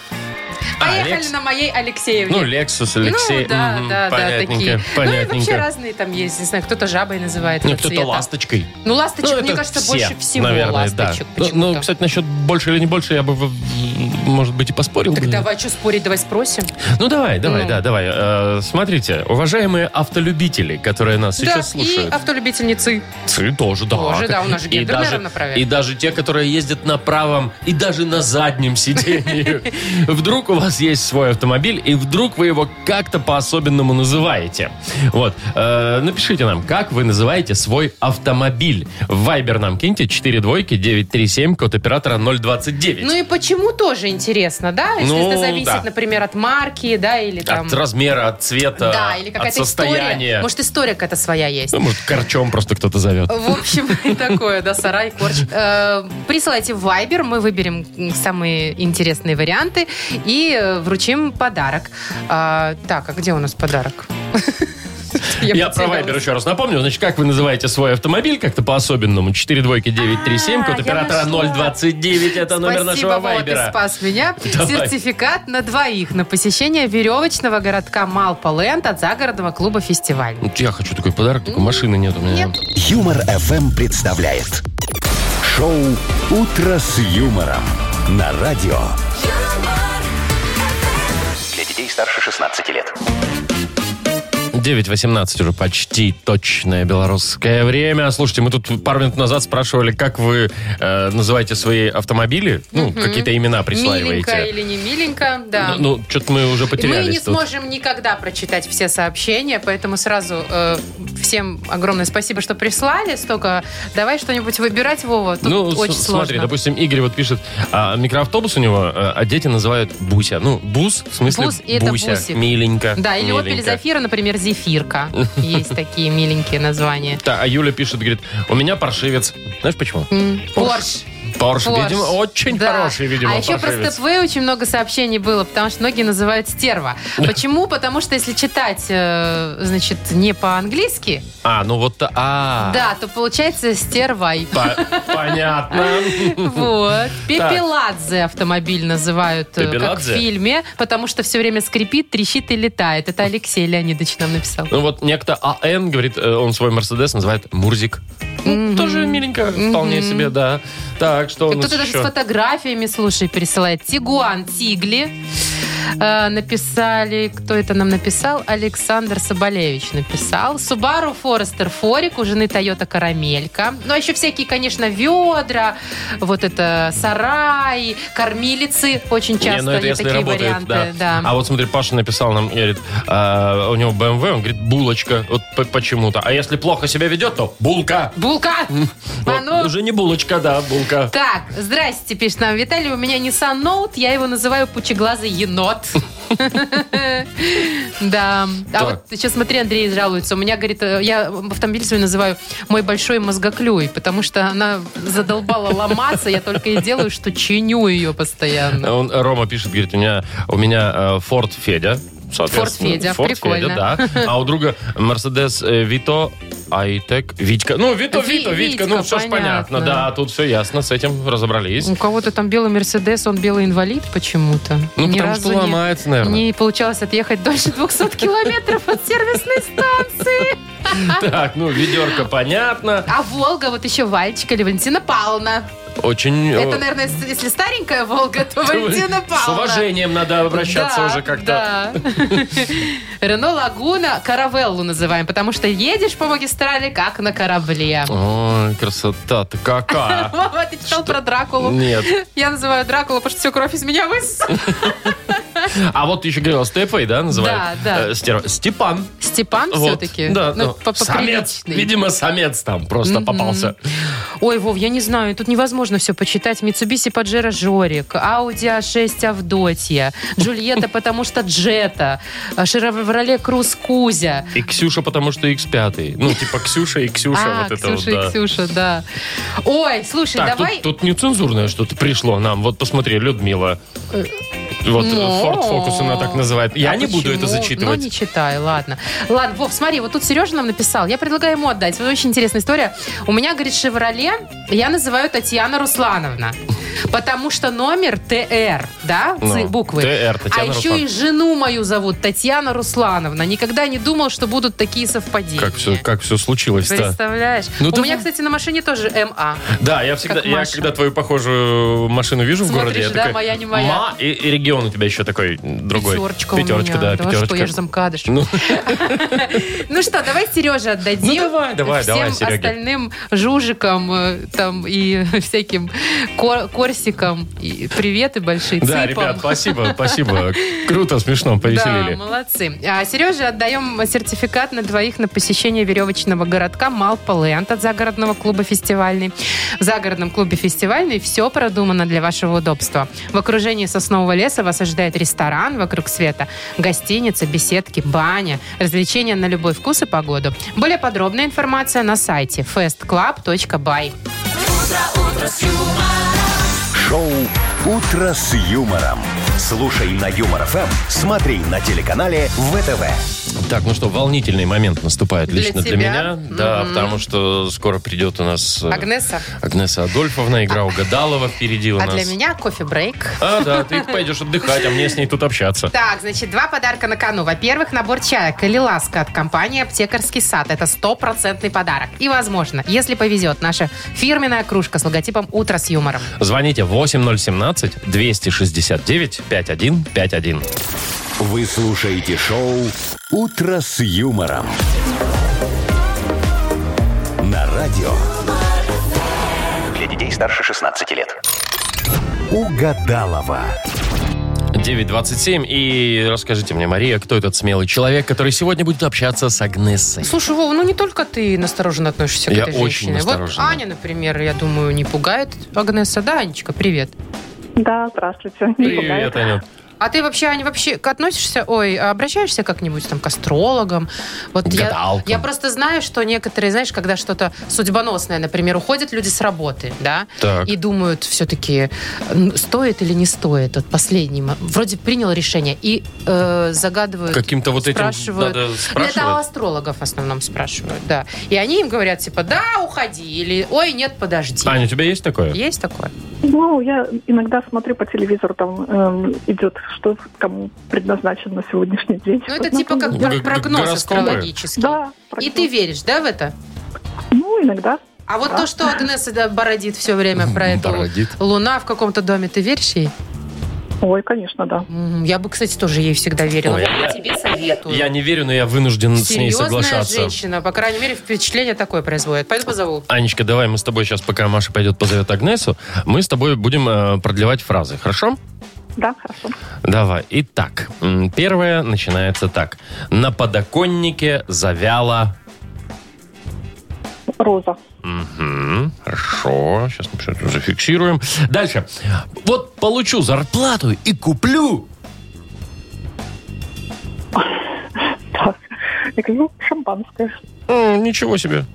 Speaker 3: Поехали
Speaker 2: А, Лекс-
Speaker 3: на моей Алексеевне.
Speaker 2: Ну, Лексус, Алексей.
Speaker 3: Ну, да,
Speaker 2: мгм,
Speaker 3: да, да,
Speaker 2: понятненько,
Speaker 3: такие. Ну, и вообще
Speaker 2: понятненько.
Speaker 3: разные там есть. Не знаю, кто-то жабой называет.
Speaker 2: Ну,
Speaker 3: этого
Speaker 2: кто-то
Speaker 3: цвета.
Speaker 2: ласточкой.
Speaker 3: Ну, ласточек,
Speaker 2: Ну,
Speaker 3: мне
Speaker 2: это
Speaker 3: кажется,
Speaker 2: все,
Speaker 3: больше всего
Speaker 2: наверное, да.
Speaker 3: ласточек
Speaker 2: Ну,
Speaker 3: почему-то.
Speaker 2: Ну, кстати, насчет больше или не больше, я бы, в- в- может быть, и поспорил.
Speaker 3: Так
Speaker 2: бы.
Speaker 3: давай, что спорить, давай спросим.
Speaker 2: Ну, давай, давай,
Speaker 3: Ну.
Speaker 2: да, давай. Э, Смотрите, уважаемые автолюбители, которые нас
Speaker 3: да,
Speaker 2: сейчас
Speaker 3: и
Speaker 2: слушают.
Speaker 3: автолюбительницы.
Speaker 2: Цы тоже, да.
Speaker 3: Тоже, да, у нас же
Speaker 2: И
Speaker 3: гендерное
Speaker 2: даже-
Speaker 3: равноправие.
Speaker 2: И даже те, которые ездят на правом и даже на заднем сидении. Вдруг у вас есть свой автомобиль, и вдруг вы его как-то по-особенному называете. Вот. Э, Напишите нам, как вы называете свой автомобиль. В Viber нам киньте 4 двойки 937, код оператора 029.
Speaker 3: Ну и почему тоже интересно, да? Если
Speaker 2: Ну,
Speaker 3: это зависит,
Speaker 2: да.
Speaker 3: например, от марки, да, или там...
Speaker 2: От размера, от цвета,
Speaker 3: да, или
Speaker 2: от
Speaker 3: какая-то
Speaker 2: состояния.
Speaker 3: история. Может, история какая-то своя есть.
Speaker 2: Ну, может, корчом просто кто-то зовет.
Speaker 3: В общем, такое, да, сарай, корч. Э, Присылайте в Viber, мы выберем м, самые интересные варианты и э, вручим подарок. А, Так, а где у нас подарок?
Speaker 2: Я про
Speaker 3: потерялась.
Speaker 2: Вайбер еще раз напомню. Значит, как вы называете свой автомобиль? Как-то по-особенному. 4 двойки 937, код
Speaker 3: А, я
Speaker 2: оператора
Speaker 3: нашла.
Speaker 2: 029. Это номер нашего
Speaker 3: Спасибо, Вова, ты
Speaker 2: Вайбера.
Speaker 3: спас меня.
Speaker 2: Давай.
Speaker 3: Сертификат на двоих на посещение веревочного городка Малпаленд от загородного клуба «Фестиваль».
Speaker 2: Вот Ну, Я хочу такой подарок, только машины нет у меня.
Speaker 3: Нет.
Speaker 1: Юмор FM представляет шоу Утро с юмором на радио.
Speaker 5: Для детей старше 16 лет.
Speaker 2: 9.18 уже почти точное белорусское время. Слушайте, мы тут пару минут назад спрашивали, как вы э, называете свои автомобили. Ну, какие-то имена присваиваете.
Speaker 3: Миленько или не миленько, да.
Speaker 2: Ну, что-то мы уже
Speaker 3: Мы
Speaker 2: потерялись
Speaker 3: не
Speaker 2: тут.
Speaker 3: сможем никогда прочитать все сообщения, поэтому сразу э, всем огромное спасибо, что прислали столько. Давай что-нибудь выбирать, Вова, тут
Speaker 2: Ну, с-
Speaker 3: очень
Speaker 2: смотри,
Speaker 3: сложно.
Speaker 2: допустим, Игорь вот пишет, а, микроавтобус у него, э, а дети называют Буся. Ну, Бус, в смысле
Speaker 3: Бус, и это
Speaker 2: Буся,
Speaker 3: Бусик.
Speaker 2: миленько.
Speaker 3: Да, или
Speaker 2: миленько.
Speaker 3: «Опель Зафира», например, «Зефирка». Есть такие миленькие названия.
Speaker 2: Да, а Юля пишет, говорит, у меня паршивец. Знаешь почему?
Speaker 3: М, «Порш».
Speaker 2: Порш,
Speaker 3: Порш.
Speaker 2: видимо, очень
Speaker 3: Да.
Speaker 2: хороший, видимо,
Speaker 3: А еще про
Speaker 2: паршивец.
Speaker 3: степвей очень много сообщений было, потому что многие называют стерва. Почему? Потому что если читать, э, значит, не по-английски,
Speaker 2: А, ну вот, а.
Speaker 3: да, то получается стервай.
Speaker 2: Па- Понятно.
Speaker 3: Вот. Пепеладзе автомобиль называют, э, как в
Speaker 2: Пепеладзе?
Speaker 3: фильме, потому что все время скрипит, трещит и летает. Это Алексей Леонидович нам написал.
Speaker 2: Ну вот некто АН, говорит, э, он свой Мерседес называет Мурзик. Ну, Тоже миленько, вполне себе, да. Так, что у нас
Speaker 3: Кто-то даже с
Speaker 2: еще?
Speaker 3: фотографиями, слушай, пересылает. Тигуан, Тигли. Э, написали, кто это нам написал? Александр Соболевич написал. Субару Форестер Форик, у жены Тойота Карамелька. Ну, а еще всякие, конечно, ведра, вот это сарай, кормилицы. Очень часто
Speaker 2: Не, ну это
Speaker 3: они
Speaker 2: если
Speaker 3: такие
Speaker 2: работает,
Speaker 3: варианты.
Speaker 2: да.
Speaker 3: да.
Speaker 2: А вот смотри, Паша написал нам, говорит, а, у него BMW, он говорит, булочка, вот по- почему-то. А если плохо себя ведет, то булка.
Speaker 3: Булка! А
Speaker 2: Вот
Speaker 3: ну,
Speaker 2: Уже не булочка, да, булка.
Speaker 3: Так, здрасте, пишет нам Виталий. У меня Nissan Note, я его называю пучеглазый енот. Да. А
Speaker 2: Так.
Speaker 3: вот сейчас смотри, Андрей жалуется. У меня, говорит, э, я автомобиль свой называю мой большой мозгоклюй, потому что она задолбала ломаться, я только и делаю, что чиню ее постоянно.
Speaker 2: Он, Рома пишет, говорит, у меня, у меня э, Ford Федя. соответственно.
Speaker 3: Ford Федя, прикольно.
Speaker 2: Федя, да. А у друга Mercedes э, Vito Айтек, Витька. Ну, Вито,
Speaker 3: Ви-
Speaker 2: Вито, Витька, ну,
Speaker 3: Витька,
Speaker 2: все ж понятно,
Speaker 3: понятно.
Speaker 2: да, тут все ясно, с этим разобрались.
Speaker 3: У кого-то там белый Мерседес, он белый инвалид почему-то.
Speaker 2: Ну,
Speaker 3: Ни
Speaker 2: потому что
Speaker 3: разу не-
Speaker 2: ломается, наверное.
Speaker 3: Не получалось отъехать дольше 200 километров от сервисной станции.
Speaker 2: Так, ну, ведерко понятно.
Speaker 3: А Волга, вот еще Вальчика или Валентина Павловна.
Speaker 2: Очень...
Speaker 3: Это,
Speaker 2: э,
Speaker 3: наверное, с- если старенькая Волга, то Валентина
Speaker 2: С
Speaker 3: Павловна.
Speaker 2: уважением надо обращаться
Speaker 3: Да,
Speaker 2: уже как-то.
Speaker 3: да. Рено Лагуна Каравеллу называем, потому что едешь по магистрали, как на корабле.
Speaker 2: Ой, красота-то какая.
Speaker 3: Вова, ты читал про Дракулу?
Speaker 2: Нет.
Speaker 3: Я называю Дракулу, потому что всю кровь из меня высосала.
Speaker 2: А вот ты еще говорила, Степой, да, называют?
Speaker 3: Да, да.
Speaker 2: Э, стерва- Степан.
Speaker 3: Степан
Speaker 2: Вот,
Speaker 3: все-таки?
Speaker 2: Да,
Speaker 3: Ну,
Speaker 2: ну,
Speaker 3: по- по-
Speaker 2: самец.
Speaker 3: приличный.
Speaker 2: Видимо, самец там просто попался.
Speaker 3: Ой, Вов, я не знаю, тут невозможно все почитать. Митсубиси Паджеро Жорик, Ауди А6 Авдотья, Джульетта, потому что Джета, Шевроле Круз Кузя.
Speaker 2: И Ксюша, потому что X5. Ну, типа Ксюша и Ксюша,
Speaker 3: А,
Speaker 2: вот это вот,
Speaker 3: Ксюша и
Speaker 2: да.
Speaker 3: Ксюша, да. Ой, слушай,
Speaker 2: Так,
Speaker 3: давай...
Speaker 2: тут, тут нецензурное что-то пришло нам. Вот посмотри, Людмила. Вот
Speaker 3: Ну.
Speaker 2: Форд Фокус она так называет. Я
Speaker 3: А
Speaker 2: не буду это
Speaker 3: почему?
Speaker 2: зачитывать.
Speaker 3: Ну, не читай, ладно. Ладно, Вов, смотри, вот тут Сережа нам написал. Я предлагаю ему отдать. Вот очень интересная история. У меня, говорит, «Шевроле» я называю Татьяна Руслановна. Потому что номер ТР, да,
Speaker 2: Ну,
Speaker 3: ци- буквы.
Speaker 2: TR, Татьяна
Speaker 3: а еще
Speaker 2: Руслановна.
Speaker 3: и жену мою зовут Татьяна Руслановна. Никогда не думал, что будут такие совпадения.
Speaker 2: Как все, как все случилось-то?
Speaker 3: Представляешь?
Speaker 2: Ну,
Speaker 3: У
Speaker 2: давай.
Speaker 3: меня, кстати, на машине тоже А. МА.
Speaker 2: Да, я всегда,
Speaker 3: Как
Speaker 2: я
Speaker 3: Маша.
Speaker 2: когда твою похожую машину вижу в
Speaker 3: Смотришь,
Speaker 2: городе, я
Speaker 3: да,
Speaker 2: такой,
Speaker 3: моя, не моя.
Speaker 2: Ма, и, и регион у тебя еще такой м, другой.
Speaker 3: Пятерочка,
Speaker 2: Пятерочка,
Speaker 3: у меня.
Speaker 2: да, пятерочка.
Speaker 3: что, я же замкадыш.
Speaker 2: Ну.
Speaker 3: Ну, что, давай Сереже отдадим.
Speaker 2: Ну, давай, давай,
Speaker 3: Всем
Speaker 2: давай, Сереге.
Speaker 3: остальным жужикам э, там и всяким кор- корсикам и приветы большие.
Speaker 2: Да,
Speaker 3: цыпам.
Speaker 2: ребят, спасибо, спасибо. Круто, смешно, повеселили.
Speaker 3: Да, молодцы. А Сереже отдаем сертификат на двоих на посещение веревочного городка Малпаленд от загородного клуба «Фестивальный». В загородном клубе «Фестивальный» все продумано для вашего удобства. В окружении соснового леса вас ожидает ресторан вокруг света, гостиница, беседки, баня, развлечения на любой вкус и погоду. Более подробная информация на сайте festclub.by.
Speaker 1: Шоу «Утро с юмором». Слушай на Юмор ФМ, смотри на телеканале ВТВ.
Speaker 2: Так, ну что, волнительный момент наступает
Speaker 3: Для
Speaker 2: лично для, меня.
Speaker 3: тебя?
Speaker 2: Да,
Speaker 3: Мгм.
Speaker 2: потому что скоро придет у нас э,
Speaker 3: Агнеса,
Speaker 2: Агнеса Адольфовна, игра угадалова впереди у
Speaker 3: а
Speaker 2: нас.
Speaker 3: для меня кофе-брейк.
Speaker 2: А, да, ты пойдешь отдыхать, а мне с ней тут общаться.
Speaker 3: Так, значит, два подарка на кону. Во-первых, набор чая «Калиласка» от компании «Аптекарский сад». Это стопроцентный подарок. И, возможно, если повезет, наша фирменная кружка с логотипом «Утро с юмором».
Speaker 2: Звоните 8017-269-5151.
Speaker 1: Вы слушаете шоу «Утро с юмором». На радио
Speaker 5: Для детей старше 16 лет.
Speaker 1: «Угадалова».
Speaker 2: 9.27. И расскажите мне, Мария, кто этот смелый человек, который сегодня будет общаться с Агнесой?
Speaker 3: Слушай, Вова, ну не только ты настороженно относишься
Speaker 2: Я
Speaker 3: к этой
Speaker 2: очень
Speaker 3: женщине. Вот
Speaker 2: настороженно.
Speaker 3: Аня, например, я думаю, не пугает Агнеса. Да, Анечка, привет.
Speaker 7: Да, здравствуйте. Не
Speaker 2: Привет,
Speaker 7: пугает.
Speaker 2: Анют.
Speaker 3: А ты вообще, Аня, вообще к- относишься, ой, обращаешься как-нибудь там к астрологам? Вот я,
Speaker 2: Гадалкам.
Speaker 3: я просто знаю, что некоторые, знаешь, когда что-то судьбоносное, например, уходят люди с работы, да,
Speaker 2: Так.
Speaker 3: и думают все-таки, стоит или не стоит, вот последний, мо- вроде принял решение, и э, загадывают,
Speaker 2: Каким-то вот этим
Speaker 3: спрашивают.
Speaker 2: надо
Speaker 3: Ну, Это у
Speaker 2: спрашивать?
Speaker 3: астрологов в основном спрашивают, да. И они им говорят, типа, да, уходи, или, ой, нет, подожди.
Speaker 2: Аня, у тебя есть такое?
Speaker 3: Есть такое?
Speaker 8: Ну, я иногда смотрю по телевизору, там эм, идет, что кому предназначено на сегодняшний день.
Speaker 3: Ну, это типа как
Speaker 2: Ну,
Speaker 3: про-
Speaker 2: как
Speaker 3: прогноз
Speaker 2: гороскопы.
Speaker 3: астрологический.
Speaker 8: Да.
Speaker 3: И ты веришь, да, в это?
Speaker 8: Ну, иногда.
Speaker 3: А вот
Speaker 8: Да.
Speaker 3: то, что Агнеса да, бородит все время про эту
Speaker 2: Бородит.
Speaker 3: луна в каком-то доме, ты веришь ей?
Speaker 8: Ой, конечно, да.
Speaker 3: М, Я бы, кстати, тоже ей всегда верила.
Speaker 2: Ой,
Speaker 3: Вот
Speaker 2: я-
Speaker 3: я тебе советую.
Speaker 2: Я не верю, но я вынужден Ну, с ней
Speaker 3: Серьезная
Speaker 2: соглашаться.
Speaker 3: женщина, по крайней мере, впечатление такое производит. Пойду позову.
Speaker 2: Анечка, давай мы с тобой сейчас, пока Маша пойдет позовет Агнесу, мы с тобой будем э, продлевать фразы, хорошо?
Speaker 8: Да, хорошо.
Speaker 2: Давай. Итак, м, первое начинается так. На подоконнике завяла...
Speaker 8: Роза.
Speaker 2: Мгм, хорошо, сейчас мы всё это зафиксируем. Дальше. Вот получу зарплату и куплю...
Speaker 8: Так. Я говорю, «Ну, шампанское.
Speaker 2: М, ничего себе.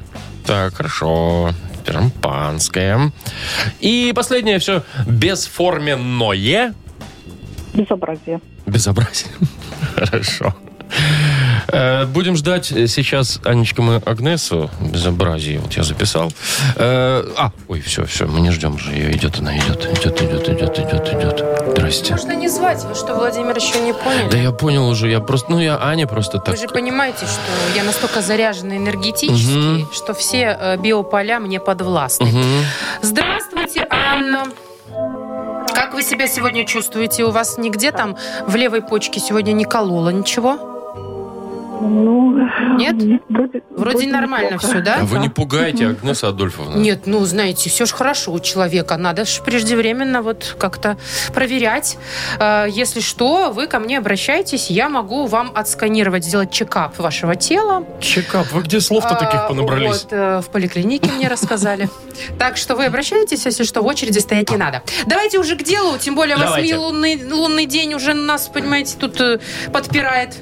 Speaker 2: Так, хорошо. Шампанское. И последнее все. Бесформенное
Speaker 8: Безобразие.
Speaker 2: безобразие. Хорошо. Э, Будем ждать э, сейчас, Анечка, мы Агнесу. Безобразие, вот я записал. Э, А, ой, все, все, мы не ждем же ее. Идет она, идет, идет, идет, идет, идет, идет. Здрасте.
Speaker 3: Можно не звать, вы что, Владимир, еще не поняли?
Speaker 2: Да я понял уже, я просто, ну я Аня просто так.
Speaker 3: Вы же понимаете, что я настолько заряжена энергетически,
Speaker 2: Мгм.
Speaker 3: что все э, биополя мне подвластны.
Speaker 2: Мгм.
Speaker 3: Здравствуйте, Анна. Как вы себя сегодня чувствуете? У вас нигде там в левой почке сегодня не кололо ничего?
Speaker 8: Ну,
Speaker 3: Нет?
Speaker 8: Вроде,
Speaker 3: Вроде нормально
Speaker 8: неплохо.
Speaker 3: все, да?
Speaker 2: А Вы не пугаете Агнеса Адольфовна.
Speaker 3: Нет, ну, знаете, все же хорошо у человека. Надо же преждевременно вот как-то проверять. Э, Если что, вы ко мне обращайтесь, я могу вам отсканировать, сделать чекап вашего тела.
Speaker 2: Чекап, вы где слов-то таких
Speaker 3: А,
Speaker 2: понабрались?
Speaker 3: Вот, э, в поликлинике мне рассказали. Так что вы обращаетесь, если что, в очереди стоять не надо. Давайте уже к делу, тем более
Speaker 2: Давайте.
Speaker 3: восьми лунный, лунный день уже нас, понимаете, тут э, подпирает.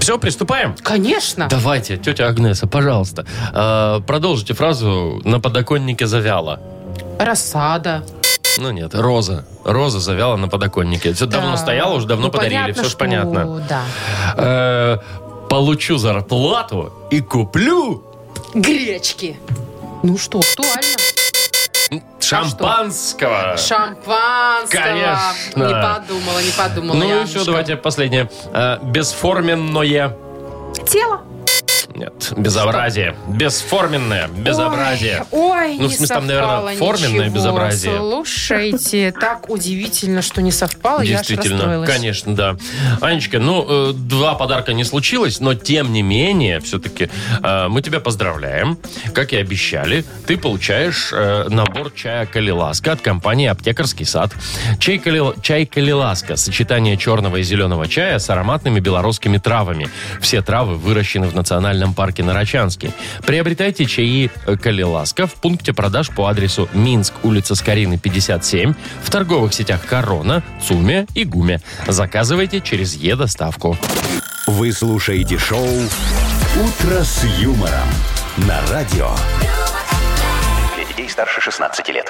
Speaker 2: Все, приступаем.
Speaker 3: Конечно.
Speaker 2: Давайте, тетя Агнеса, пожалуйста, э, продолжите фразу «на подоконнике завяла».
Speaker 3: Рассада.
Speaker 2: Ну нет, роза. Роза завяла на подоконнике. Все давно
Speaker 3: Да.
Speaker 2: стояла, уже давно
Speaker 3: Ну,
Speaker 2: подарили, все же
Speaker 3: что-
Speaker 2: понятно.
Speaker 3: Да.
Speaker 2: Э, получу зарплату и куплю
Speaker 3: Гречки. Ну что, актуально. А
Speaker 2: шампанского.
Speaker 3: Шампанского.
Speaker 2: Конечно.
Speaker 3: Не подумала, не подумала.
Speaker 2: ну и
Speaker 3: Яночка.
Speaker 2: еще давайте последнее. Э, бесформенное.
Speaker 3: Тело.
Speaker 2: Нет, безобразие. Бесформенное. Безобразие.
Speaker 3: Ой, ой,
Speaker 2: Ну, в
Speaker 3: не
Speaker 2: смысле, там,
Speaker 3: совпало
Speaker 2: наверное, форменное
Speaker 3: ничего.
Speaker 2: безобразие.
Speaker 3: Слушайте, так удивительно, что не совпало, я аж
Speaker 2: Действительно,
Speaker 3: расстроилась.
Speaker 2: конечно, да. Анечка, ну, э, два подарка не случилось, но тем не менее, все-таки э, мы тебя поздравляем. Как и обещали, ты получаешь э, набор чая «Калиласка» от компании «Аптекарский сад». Чай, «Калил- чай «Калиласка» – сочетание черного и зеленого чая с ароматными белорусскими травами. Все травы выращены в национальном парке Нарачанский. Приобретайте чаи э, «Калиласка» в пункте продаж по адресу Минск, улица Скорины, 57, в торговых сетях «Корона», «Цуме» и «Гуме». Заказывайте через «Е-доставку».
Speaker 1: Вы слушаете шоу «Утро с юмором» на радио.
Speaker 5: Для детей старше 16 лет.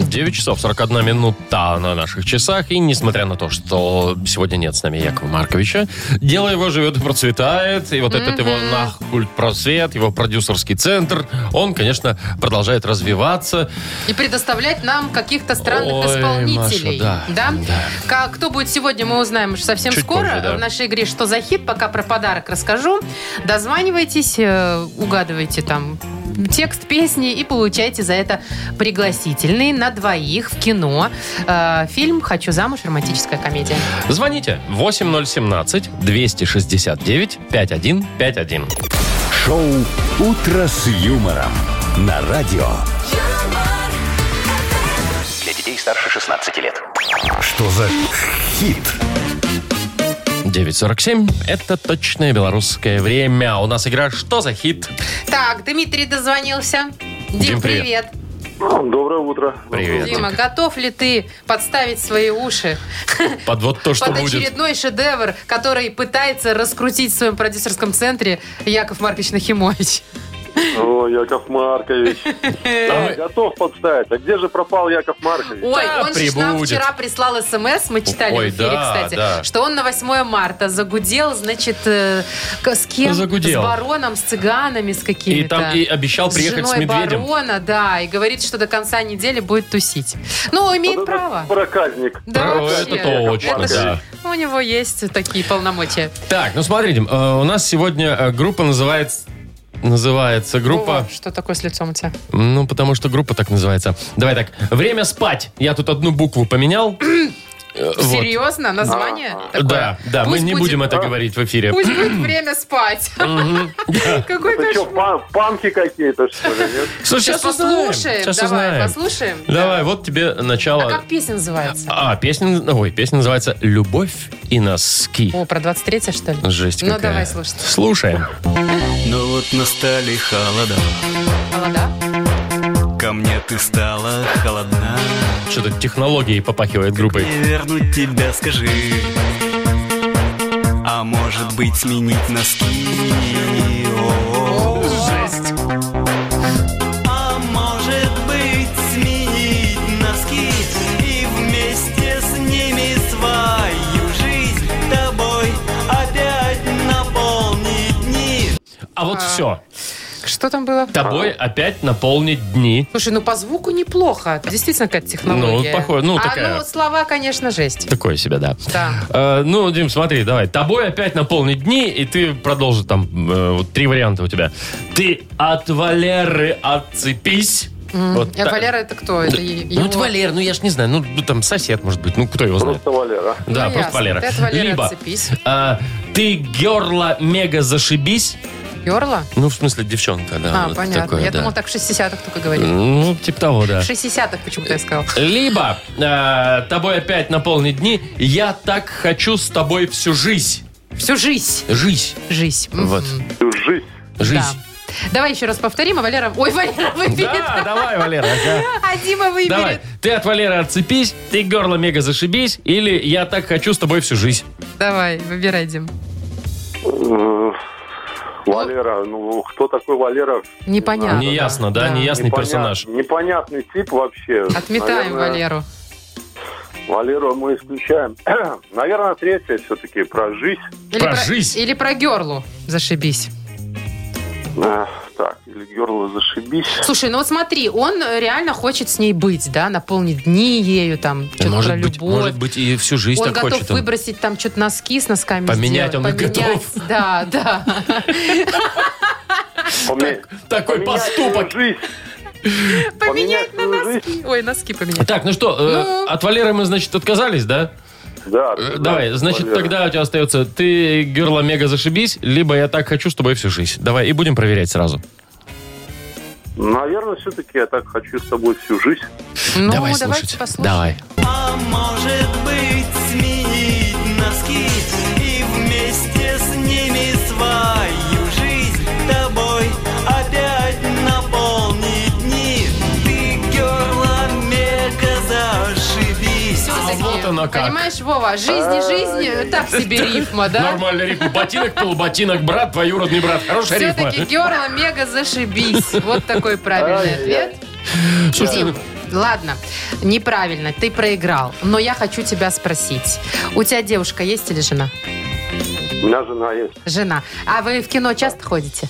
Speaker 2: 9 часов 41 минута на наших часах. И несмотря на то, что сегодня нет с нами Якова Марковича, дело его живет и процветает. И вот этот его нах культ просвет, его продюсерский центр, он, конечно, продолжает развиваться.
Speaker 3: И предоставлять нам каких-то странных
Speaker 2: Ой,
Speaker 3: исполнителей.
Speaker 2: Маша, да, да.
Speaker 3: Как, кто будет сегодня, мы узнаем уже совсем
Speaker 2: Чуть
Speaker 3: скоро
Speaker 2: позже, да.
Speaker 3: в нашей игре «Что за хит?». Пока про подарок расскажу. Дозванивайтесь, э, угадывайте там текст песни и получайте за это пригласительный на двоих в кино. Э, фильм «Хочу замуж. Романтическая комедия».
Speaker 2: Звоните 8017-269-5151.
Speaker 1: Шоу «Утро с юмором» на радио.
Speaker 5: Для детей старше 16 лет.
Speaker 1: Что за хит?
Speaker 2: 947. Это точное белорусское время. У нас игра «Что за хит?»
Speaker 3: Так, Дмитрий дозвонился. Дим,
Speaker 2: Дим, привет.
Speaker 3: привет.
Speaker 4: Доброе утро.
Speaker 2: Привет.
Speaker 3: Дима, готов ли ты подставить свои уши
Speaker 2: Под вот то, что
Speaker 3: под
Speaker 2: будет.
Speaker 3: очередной шедевр, который пытается раскрутить в своем продюсерском центре Яков Маркович Нахимович?
Speaker 4: О, Яков Маркович.
Speaker 2: А мы-
Speaker 4: Готов подставить. А где же пропал Яков Маркович?
Speaker 3: Ой,
Speaker 2: Да,
Speaker 3: он же нам
Speaker 2: прибудет.
Speaker 3: вчера прислал смс, мы читали
Speaker 2: Ой,
Speaker 3: в эфире,
Speaker 2: да,
Speaker 3: кстати,
Speaker 2: да.
Speaker 3: что он на 8 марта загудел, значит, э, к- с кем?
Speaker 2: Загудел.
Speaker 3: С бароном, с цыганами, с
Speaker 2: И
Speaker 3: какими-то.
Speaker 2: там и обещал
Speaker 3: С
Speaker 2: приехать с
Speaker 3: женой
Speaker 2: медведем.
Speaker 3: барона, да, и говорит, что до конца недели будет тусить. Ну, имеет
Speaker 4: Вот этот
Speaker 3: право.
Speaker 4: Проказник.
Speaker 3: Да,
Speaker 2: Право,
Speaker 3: вообще.
Speaker 2: это точно,
Speaker 3: Это ж-
Speaker 2: да.
Speaker 3: У него есть такие полномочия.
Speaker 2: Так, ну смотрите, э, у нас сегодня э, группа называется... Называется группа...
Speaker 3: Вова, что такое с лицом у тебя?
Speaker 2: Ну, потому что группа так называется. Давай так. Время спать. Я тут одну букву поменял. Э, вот.
Speaker 3: Серьезно? Название? такое?
Speaker 2: Да, да, мы
Speaker 3: Пусть
Speaker 2: не
Speaker 3: будет-
Speaker 2: будем это говорить в эфире.
Speaker 3: Пусть будет время спать.
Speaker 2: Мгм.
Speaker 3: Какой
Speaker 4: Ты что,
Speaker 3: кошмар.
Speaker 4: пам- памки какие-то, что ли, нет?
Speaker 2: Слушай,
Speaker 3: Сейчас
Speaker 2: сейчас узнаем.
Speaker 3: послушаем.
Speaker 2: Сейчас
Speaker 3: Давай,
Speaker 2: узнаем.
Speaker 3: послушаем.
Speaker 2: Давай, вот тебе
Speaker 3: А
Speaker 2: начало.
Speaker 3: как песня называется?
Speaker 2: А, песня... Ой, песня называется «Любовь и носки».
Speaker 3: О, про 23 что ли?
Speaker 2: Жесть
Speaker 3: Ну,
Speaker 2: какая.
Speaker 3: давай слушать.
Speaker 2: Слушаем.
Speaker 9: Но вот настали холода,
Speaker 3: Молода?
Speaker 9: ко мне ты стала холодна.
Speaker 2: Что-то технологией попахивает группой.
Speaker 9: И вернуть тебя скажи, а может быть сменить носки. О,
Speaker 2: Жесть.
Speaker 9: А может быть сменить носки и вместе с ними свою жизнь тобой опять наполнить дни.
Speaker 2: А вот все.
Speaker 3: Что там было?
Speaker 2: Тобой опять наполнить дни.
Speaker 3: Слушай, ну по звуку неплохо. Действительно какая-то технология.
Speaker 2: Ну, похоже, ну,
Speaker 3: а,
Speaker 2: такая.
Speaker 3: ну, вот слова, конечно, жесть.
Speaker 2: Такое себе, да.
Speaker 3: Да.
Speaker 2: Э, ну, Дим, смотри, давай. Тобой опять наполнить дни, и ты продолжи там. э, вот три варианта у тебя. Ты от Валеры отцепись. Вот
Speaker 3: А
Speaker 2: та-
Speaker 3: Валера это кто? Это е-
Speaker 2: Ну,
Speaker 3: его-
Speaker 2: это Валера, ну я ж не знаю, ну, ну, там сосед, может быть, ну кто его знает.
Speaker 4: Просто Валера.
Speaker 3: Ну,
Speaker 2: да,
Speaker 3: ясно.
Speaker 2: просто Валера.
Speaker 3: Ты от Валеры
Speaker 2: Либо
Speaker 3: отцепись.
Speaker 2: а, ты герла мега зашибись.
Speaker 3: Перла?
Speaker 2: Ну, в смысле, девчонка, да.
Speaker 3: а,
Speaker 2: вот
Speaker 3: понятно.
Speaker 2: такое,
Speaker 3: я
Speaker 2: да.
Speaker 3: думал, так в 60-х только говорили.
Speaker 2: Ну, типа того, да.
Speaker 3: В 60-х почему-то я сказал.
Speaker 2: Либо э, тобой опять наполнить дни. Я так хочу с тобой всю жизнь.
Speaker 3: Всю жизнь.
Speaker 2: Жизнь.
Speaker 3: Жизнь. Мгм.
Speaker 2: Вот.
Speaker 4: Всю жизнь.
Speaker 2: Жизнь.
Speaker 3: Да. Давай еще раз повторим, а Валера... Ой, Валера выберет.
Speaker 2: Да, А, давай, Валера. ага.
Speaker 3: А Дима выберет.
Speaker 2: Давай. Ты от Валеры отцепись, ты горло мега зашибись, или я так хочу с тобой всю жизнь.
Speaker 3: Давай, выбирай, Дим.
Speaker 4: Э, Валера, ну кто такой Валера?
Speaker 3: Непонятно.
Speaker 2: А, неясно, да, неясный
Speaker 4: Непонят-
Speaker 2: персонаж.
Speaker 4: Непонятный тип вообще.
Speaker 3: Отметаем
Speaker 4: Наверное,
Speaker 3: Валеру.
Speaker 4: Валеру мы исключаем. Наверное, третье все-таки про жизнь.
Speaker 3: Или
Speaker 2: Про жизнь.
Speaker 3: Или про Герлу. Зашибись.
Speaker 2: Ну.
Speaker 4: Э, Так, или Герло зашибись.
Speaker 3: Слушай, ну вот смотри, он реально хочет с ней быть, да, наполнить дни ею, там, что-то про
Speaker 2: Ну, Может быть,
Speaker 3: любовь.
Speaker 2: может быть, и всю жизнь
Speaker 3: он
Speaker 2: так
Speaker 3: готов
Speaker 2: хочет. он.
Speaker 3: выбросить там что-то носки с носками
Speaker 2: Поменять
Speaker 3: сделать,
Speaker 2: он и
Speaker 3: поменять.
Speaker 2: готов.
Speaker 3: Да, да.
Speaker 4: Поме-
Speaker 2: Такой
Speaker 4: поменять
Speaker 2: поступок.
Speaker 4: свою жизнь.
Speaker 3: Поменять на
Speaker 4: свою
Speaker 3: носки. Ой, носки поменять.
Speaker 2: Так, ну что, э,
Speaker 3: Ну.
Speaker 2: от Валеры мы, значит, отказались, да?
Speaker 4: Да.
Speaker 2: Э, Давай, значит,
Speaker 4: Валера.
Speaker 2: тогда у тебя остается ты герла мега зашибись, либо я так хочу с тобой всю жизнь. Давай, и будем проверять сразу.
Speaker 4: Наверное, все-таки я так хочу с тобой всю жизнь.
Speaker 3: Ну,
Speaker 2: давай
Speaker 3: давайте
Speaker 2: слушать.
Speaker 3: послушаем.
Speaker 2: Давай.
Speaker 9: А может быть сменить носки и вместе с ними свою жизнь тобой опять наполнить дни. Ты герла мега зашибись.
Speaker 2: А вот оно как.
Speaker 3: Понимаешь, Вова, жизни, жизни, так себе рифма, да?
Speaker 2: Нормальный рифм. Ботинок, полуботинок, брат, двоюродный брат. Хорошая рифма.
Speaker 3: Все-таки Герла мега зашибись. Вот такой правильный ответ.
Speaker 2: Слушай, ну,
Speaker 3: Дим, ладно, неправильно, ты проиграл. Но я хочу тебя спросить. У тебя девушка есть или жена?
Speaker 4: У меня жена есть.
Speaker 3: Жена. А вы в кино часто ходите?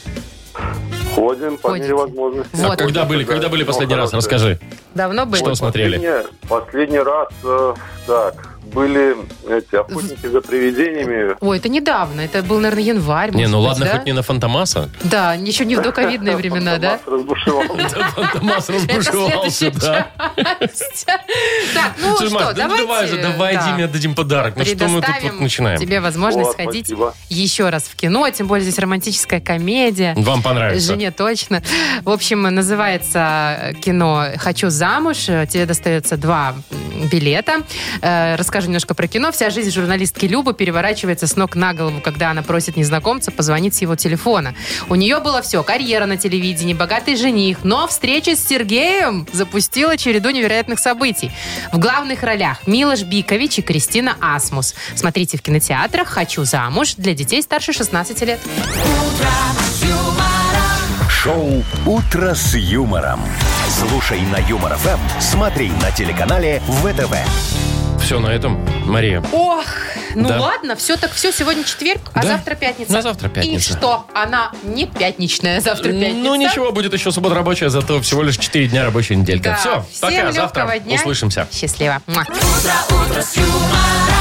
Speaker 4: Ходим по
Speaker 3: Ходите.
Speaker 4: мере возможности.
Speaker 2: а
Speaker 3: Вот.
Speaker 2: когда были, когда были последний раз? Расскажи.
Speaker 3: Давно были?
Speaker 2: Что смотрели?
Speaker 4: Последний, последний раз, э, так, были эти охотники за привидениями.
Speaker 3: Ой, это недавно. Это был, наверное, январь.
Speaker 2: Не,
Speaker 3: может
Speaker 2: ну
Speaker 3: быть,
Speaker 2: ладно,
Speaker 3: да?
Speaker 2: хоть не на Фантомаса.
Speaker 3: Да, еще не в доковидные времена, да?
Speaker 4: Нас разбушевал.
Speaker 2: Фантомас
Speaker 3: Это
Speaker 2: разбушевался,
Speaker 3: следующая
Speaker 2: да.
Speaker 3: часть. Так, ну
Speaker 2: Слушай, Маш,
Speaker 3: что,
Speaker 2: ну давай
Speaker 3: давайте...
Speaker 2: же, давай
Speaker 3: да,
Speaker 2: Диме отдадим подарок. Ну что мы тут вот
Speaker 3: предоставим
Speaker 2: начинаем?
Speaker 3: тебе возможность
Speaker 4: Вот,
Speaker 3: сходить
Speaker 4: спасибо.
Speaker 3: еще раз в кино, а тем более здесь романтическая комедия.
Speaker 2: Вам понравится.
Speaker 3: Жене точно. В общем, называется кино «Хочу замуж». Тебе достается два м, билета. Э, расскажу немножко про кино. Вся жизнь журналистки Любы переворачивается с ног на голову, когда она просит незнакомца позвонить с его телефона. У нее было все. Карьера на телевидении, богатый жених. Но встреча с Сергеем запустила череду невероятных событий. В главных ролях Милош Бикович и Кристина Асмус. Смотрите в кинотеатрах «Хочу замуж» для детей старше 16 лет.
Speaker 1: Шоу «Утро с юмором». Слушай на Юмор ФМ, смотри на телеканале ВТВ.
Speaker 2: Все на этом, Мария.
Speaker 3: Ох, ну
Speaker 2: Да.
Speaker 3: ладно, все так все, сегодня четверг, а
Speaker 2: Да.
Speaker 3: завтра пятница.
Speaker 2: На завтра пятница.
Speaker 3: И что? Она не пятничная, а завтра пятница.
Speaker 2: Ну ничего, будет еще суббота рабочая, зато всего лишь 4 дня рабочей неделька.
Speaker 3: Да.
Speaker 2: Все,
Speaker 3: Всем
Speaker 2: пока, завтра
Speaker 3: легкого дня.
Speaker 2: услышимся.
Speaker 3: Счастливо. Муа.
Speaker 10: Утро, утро с юмором.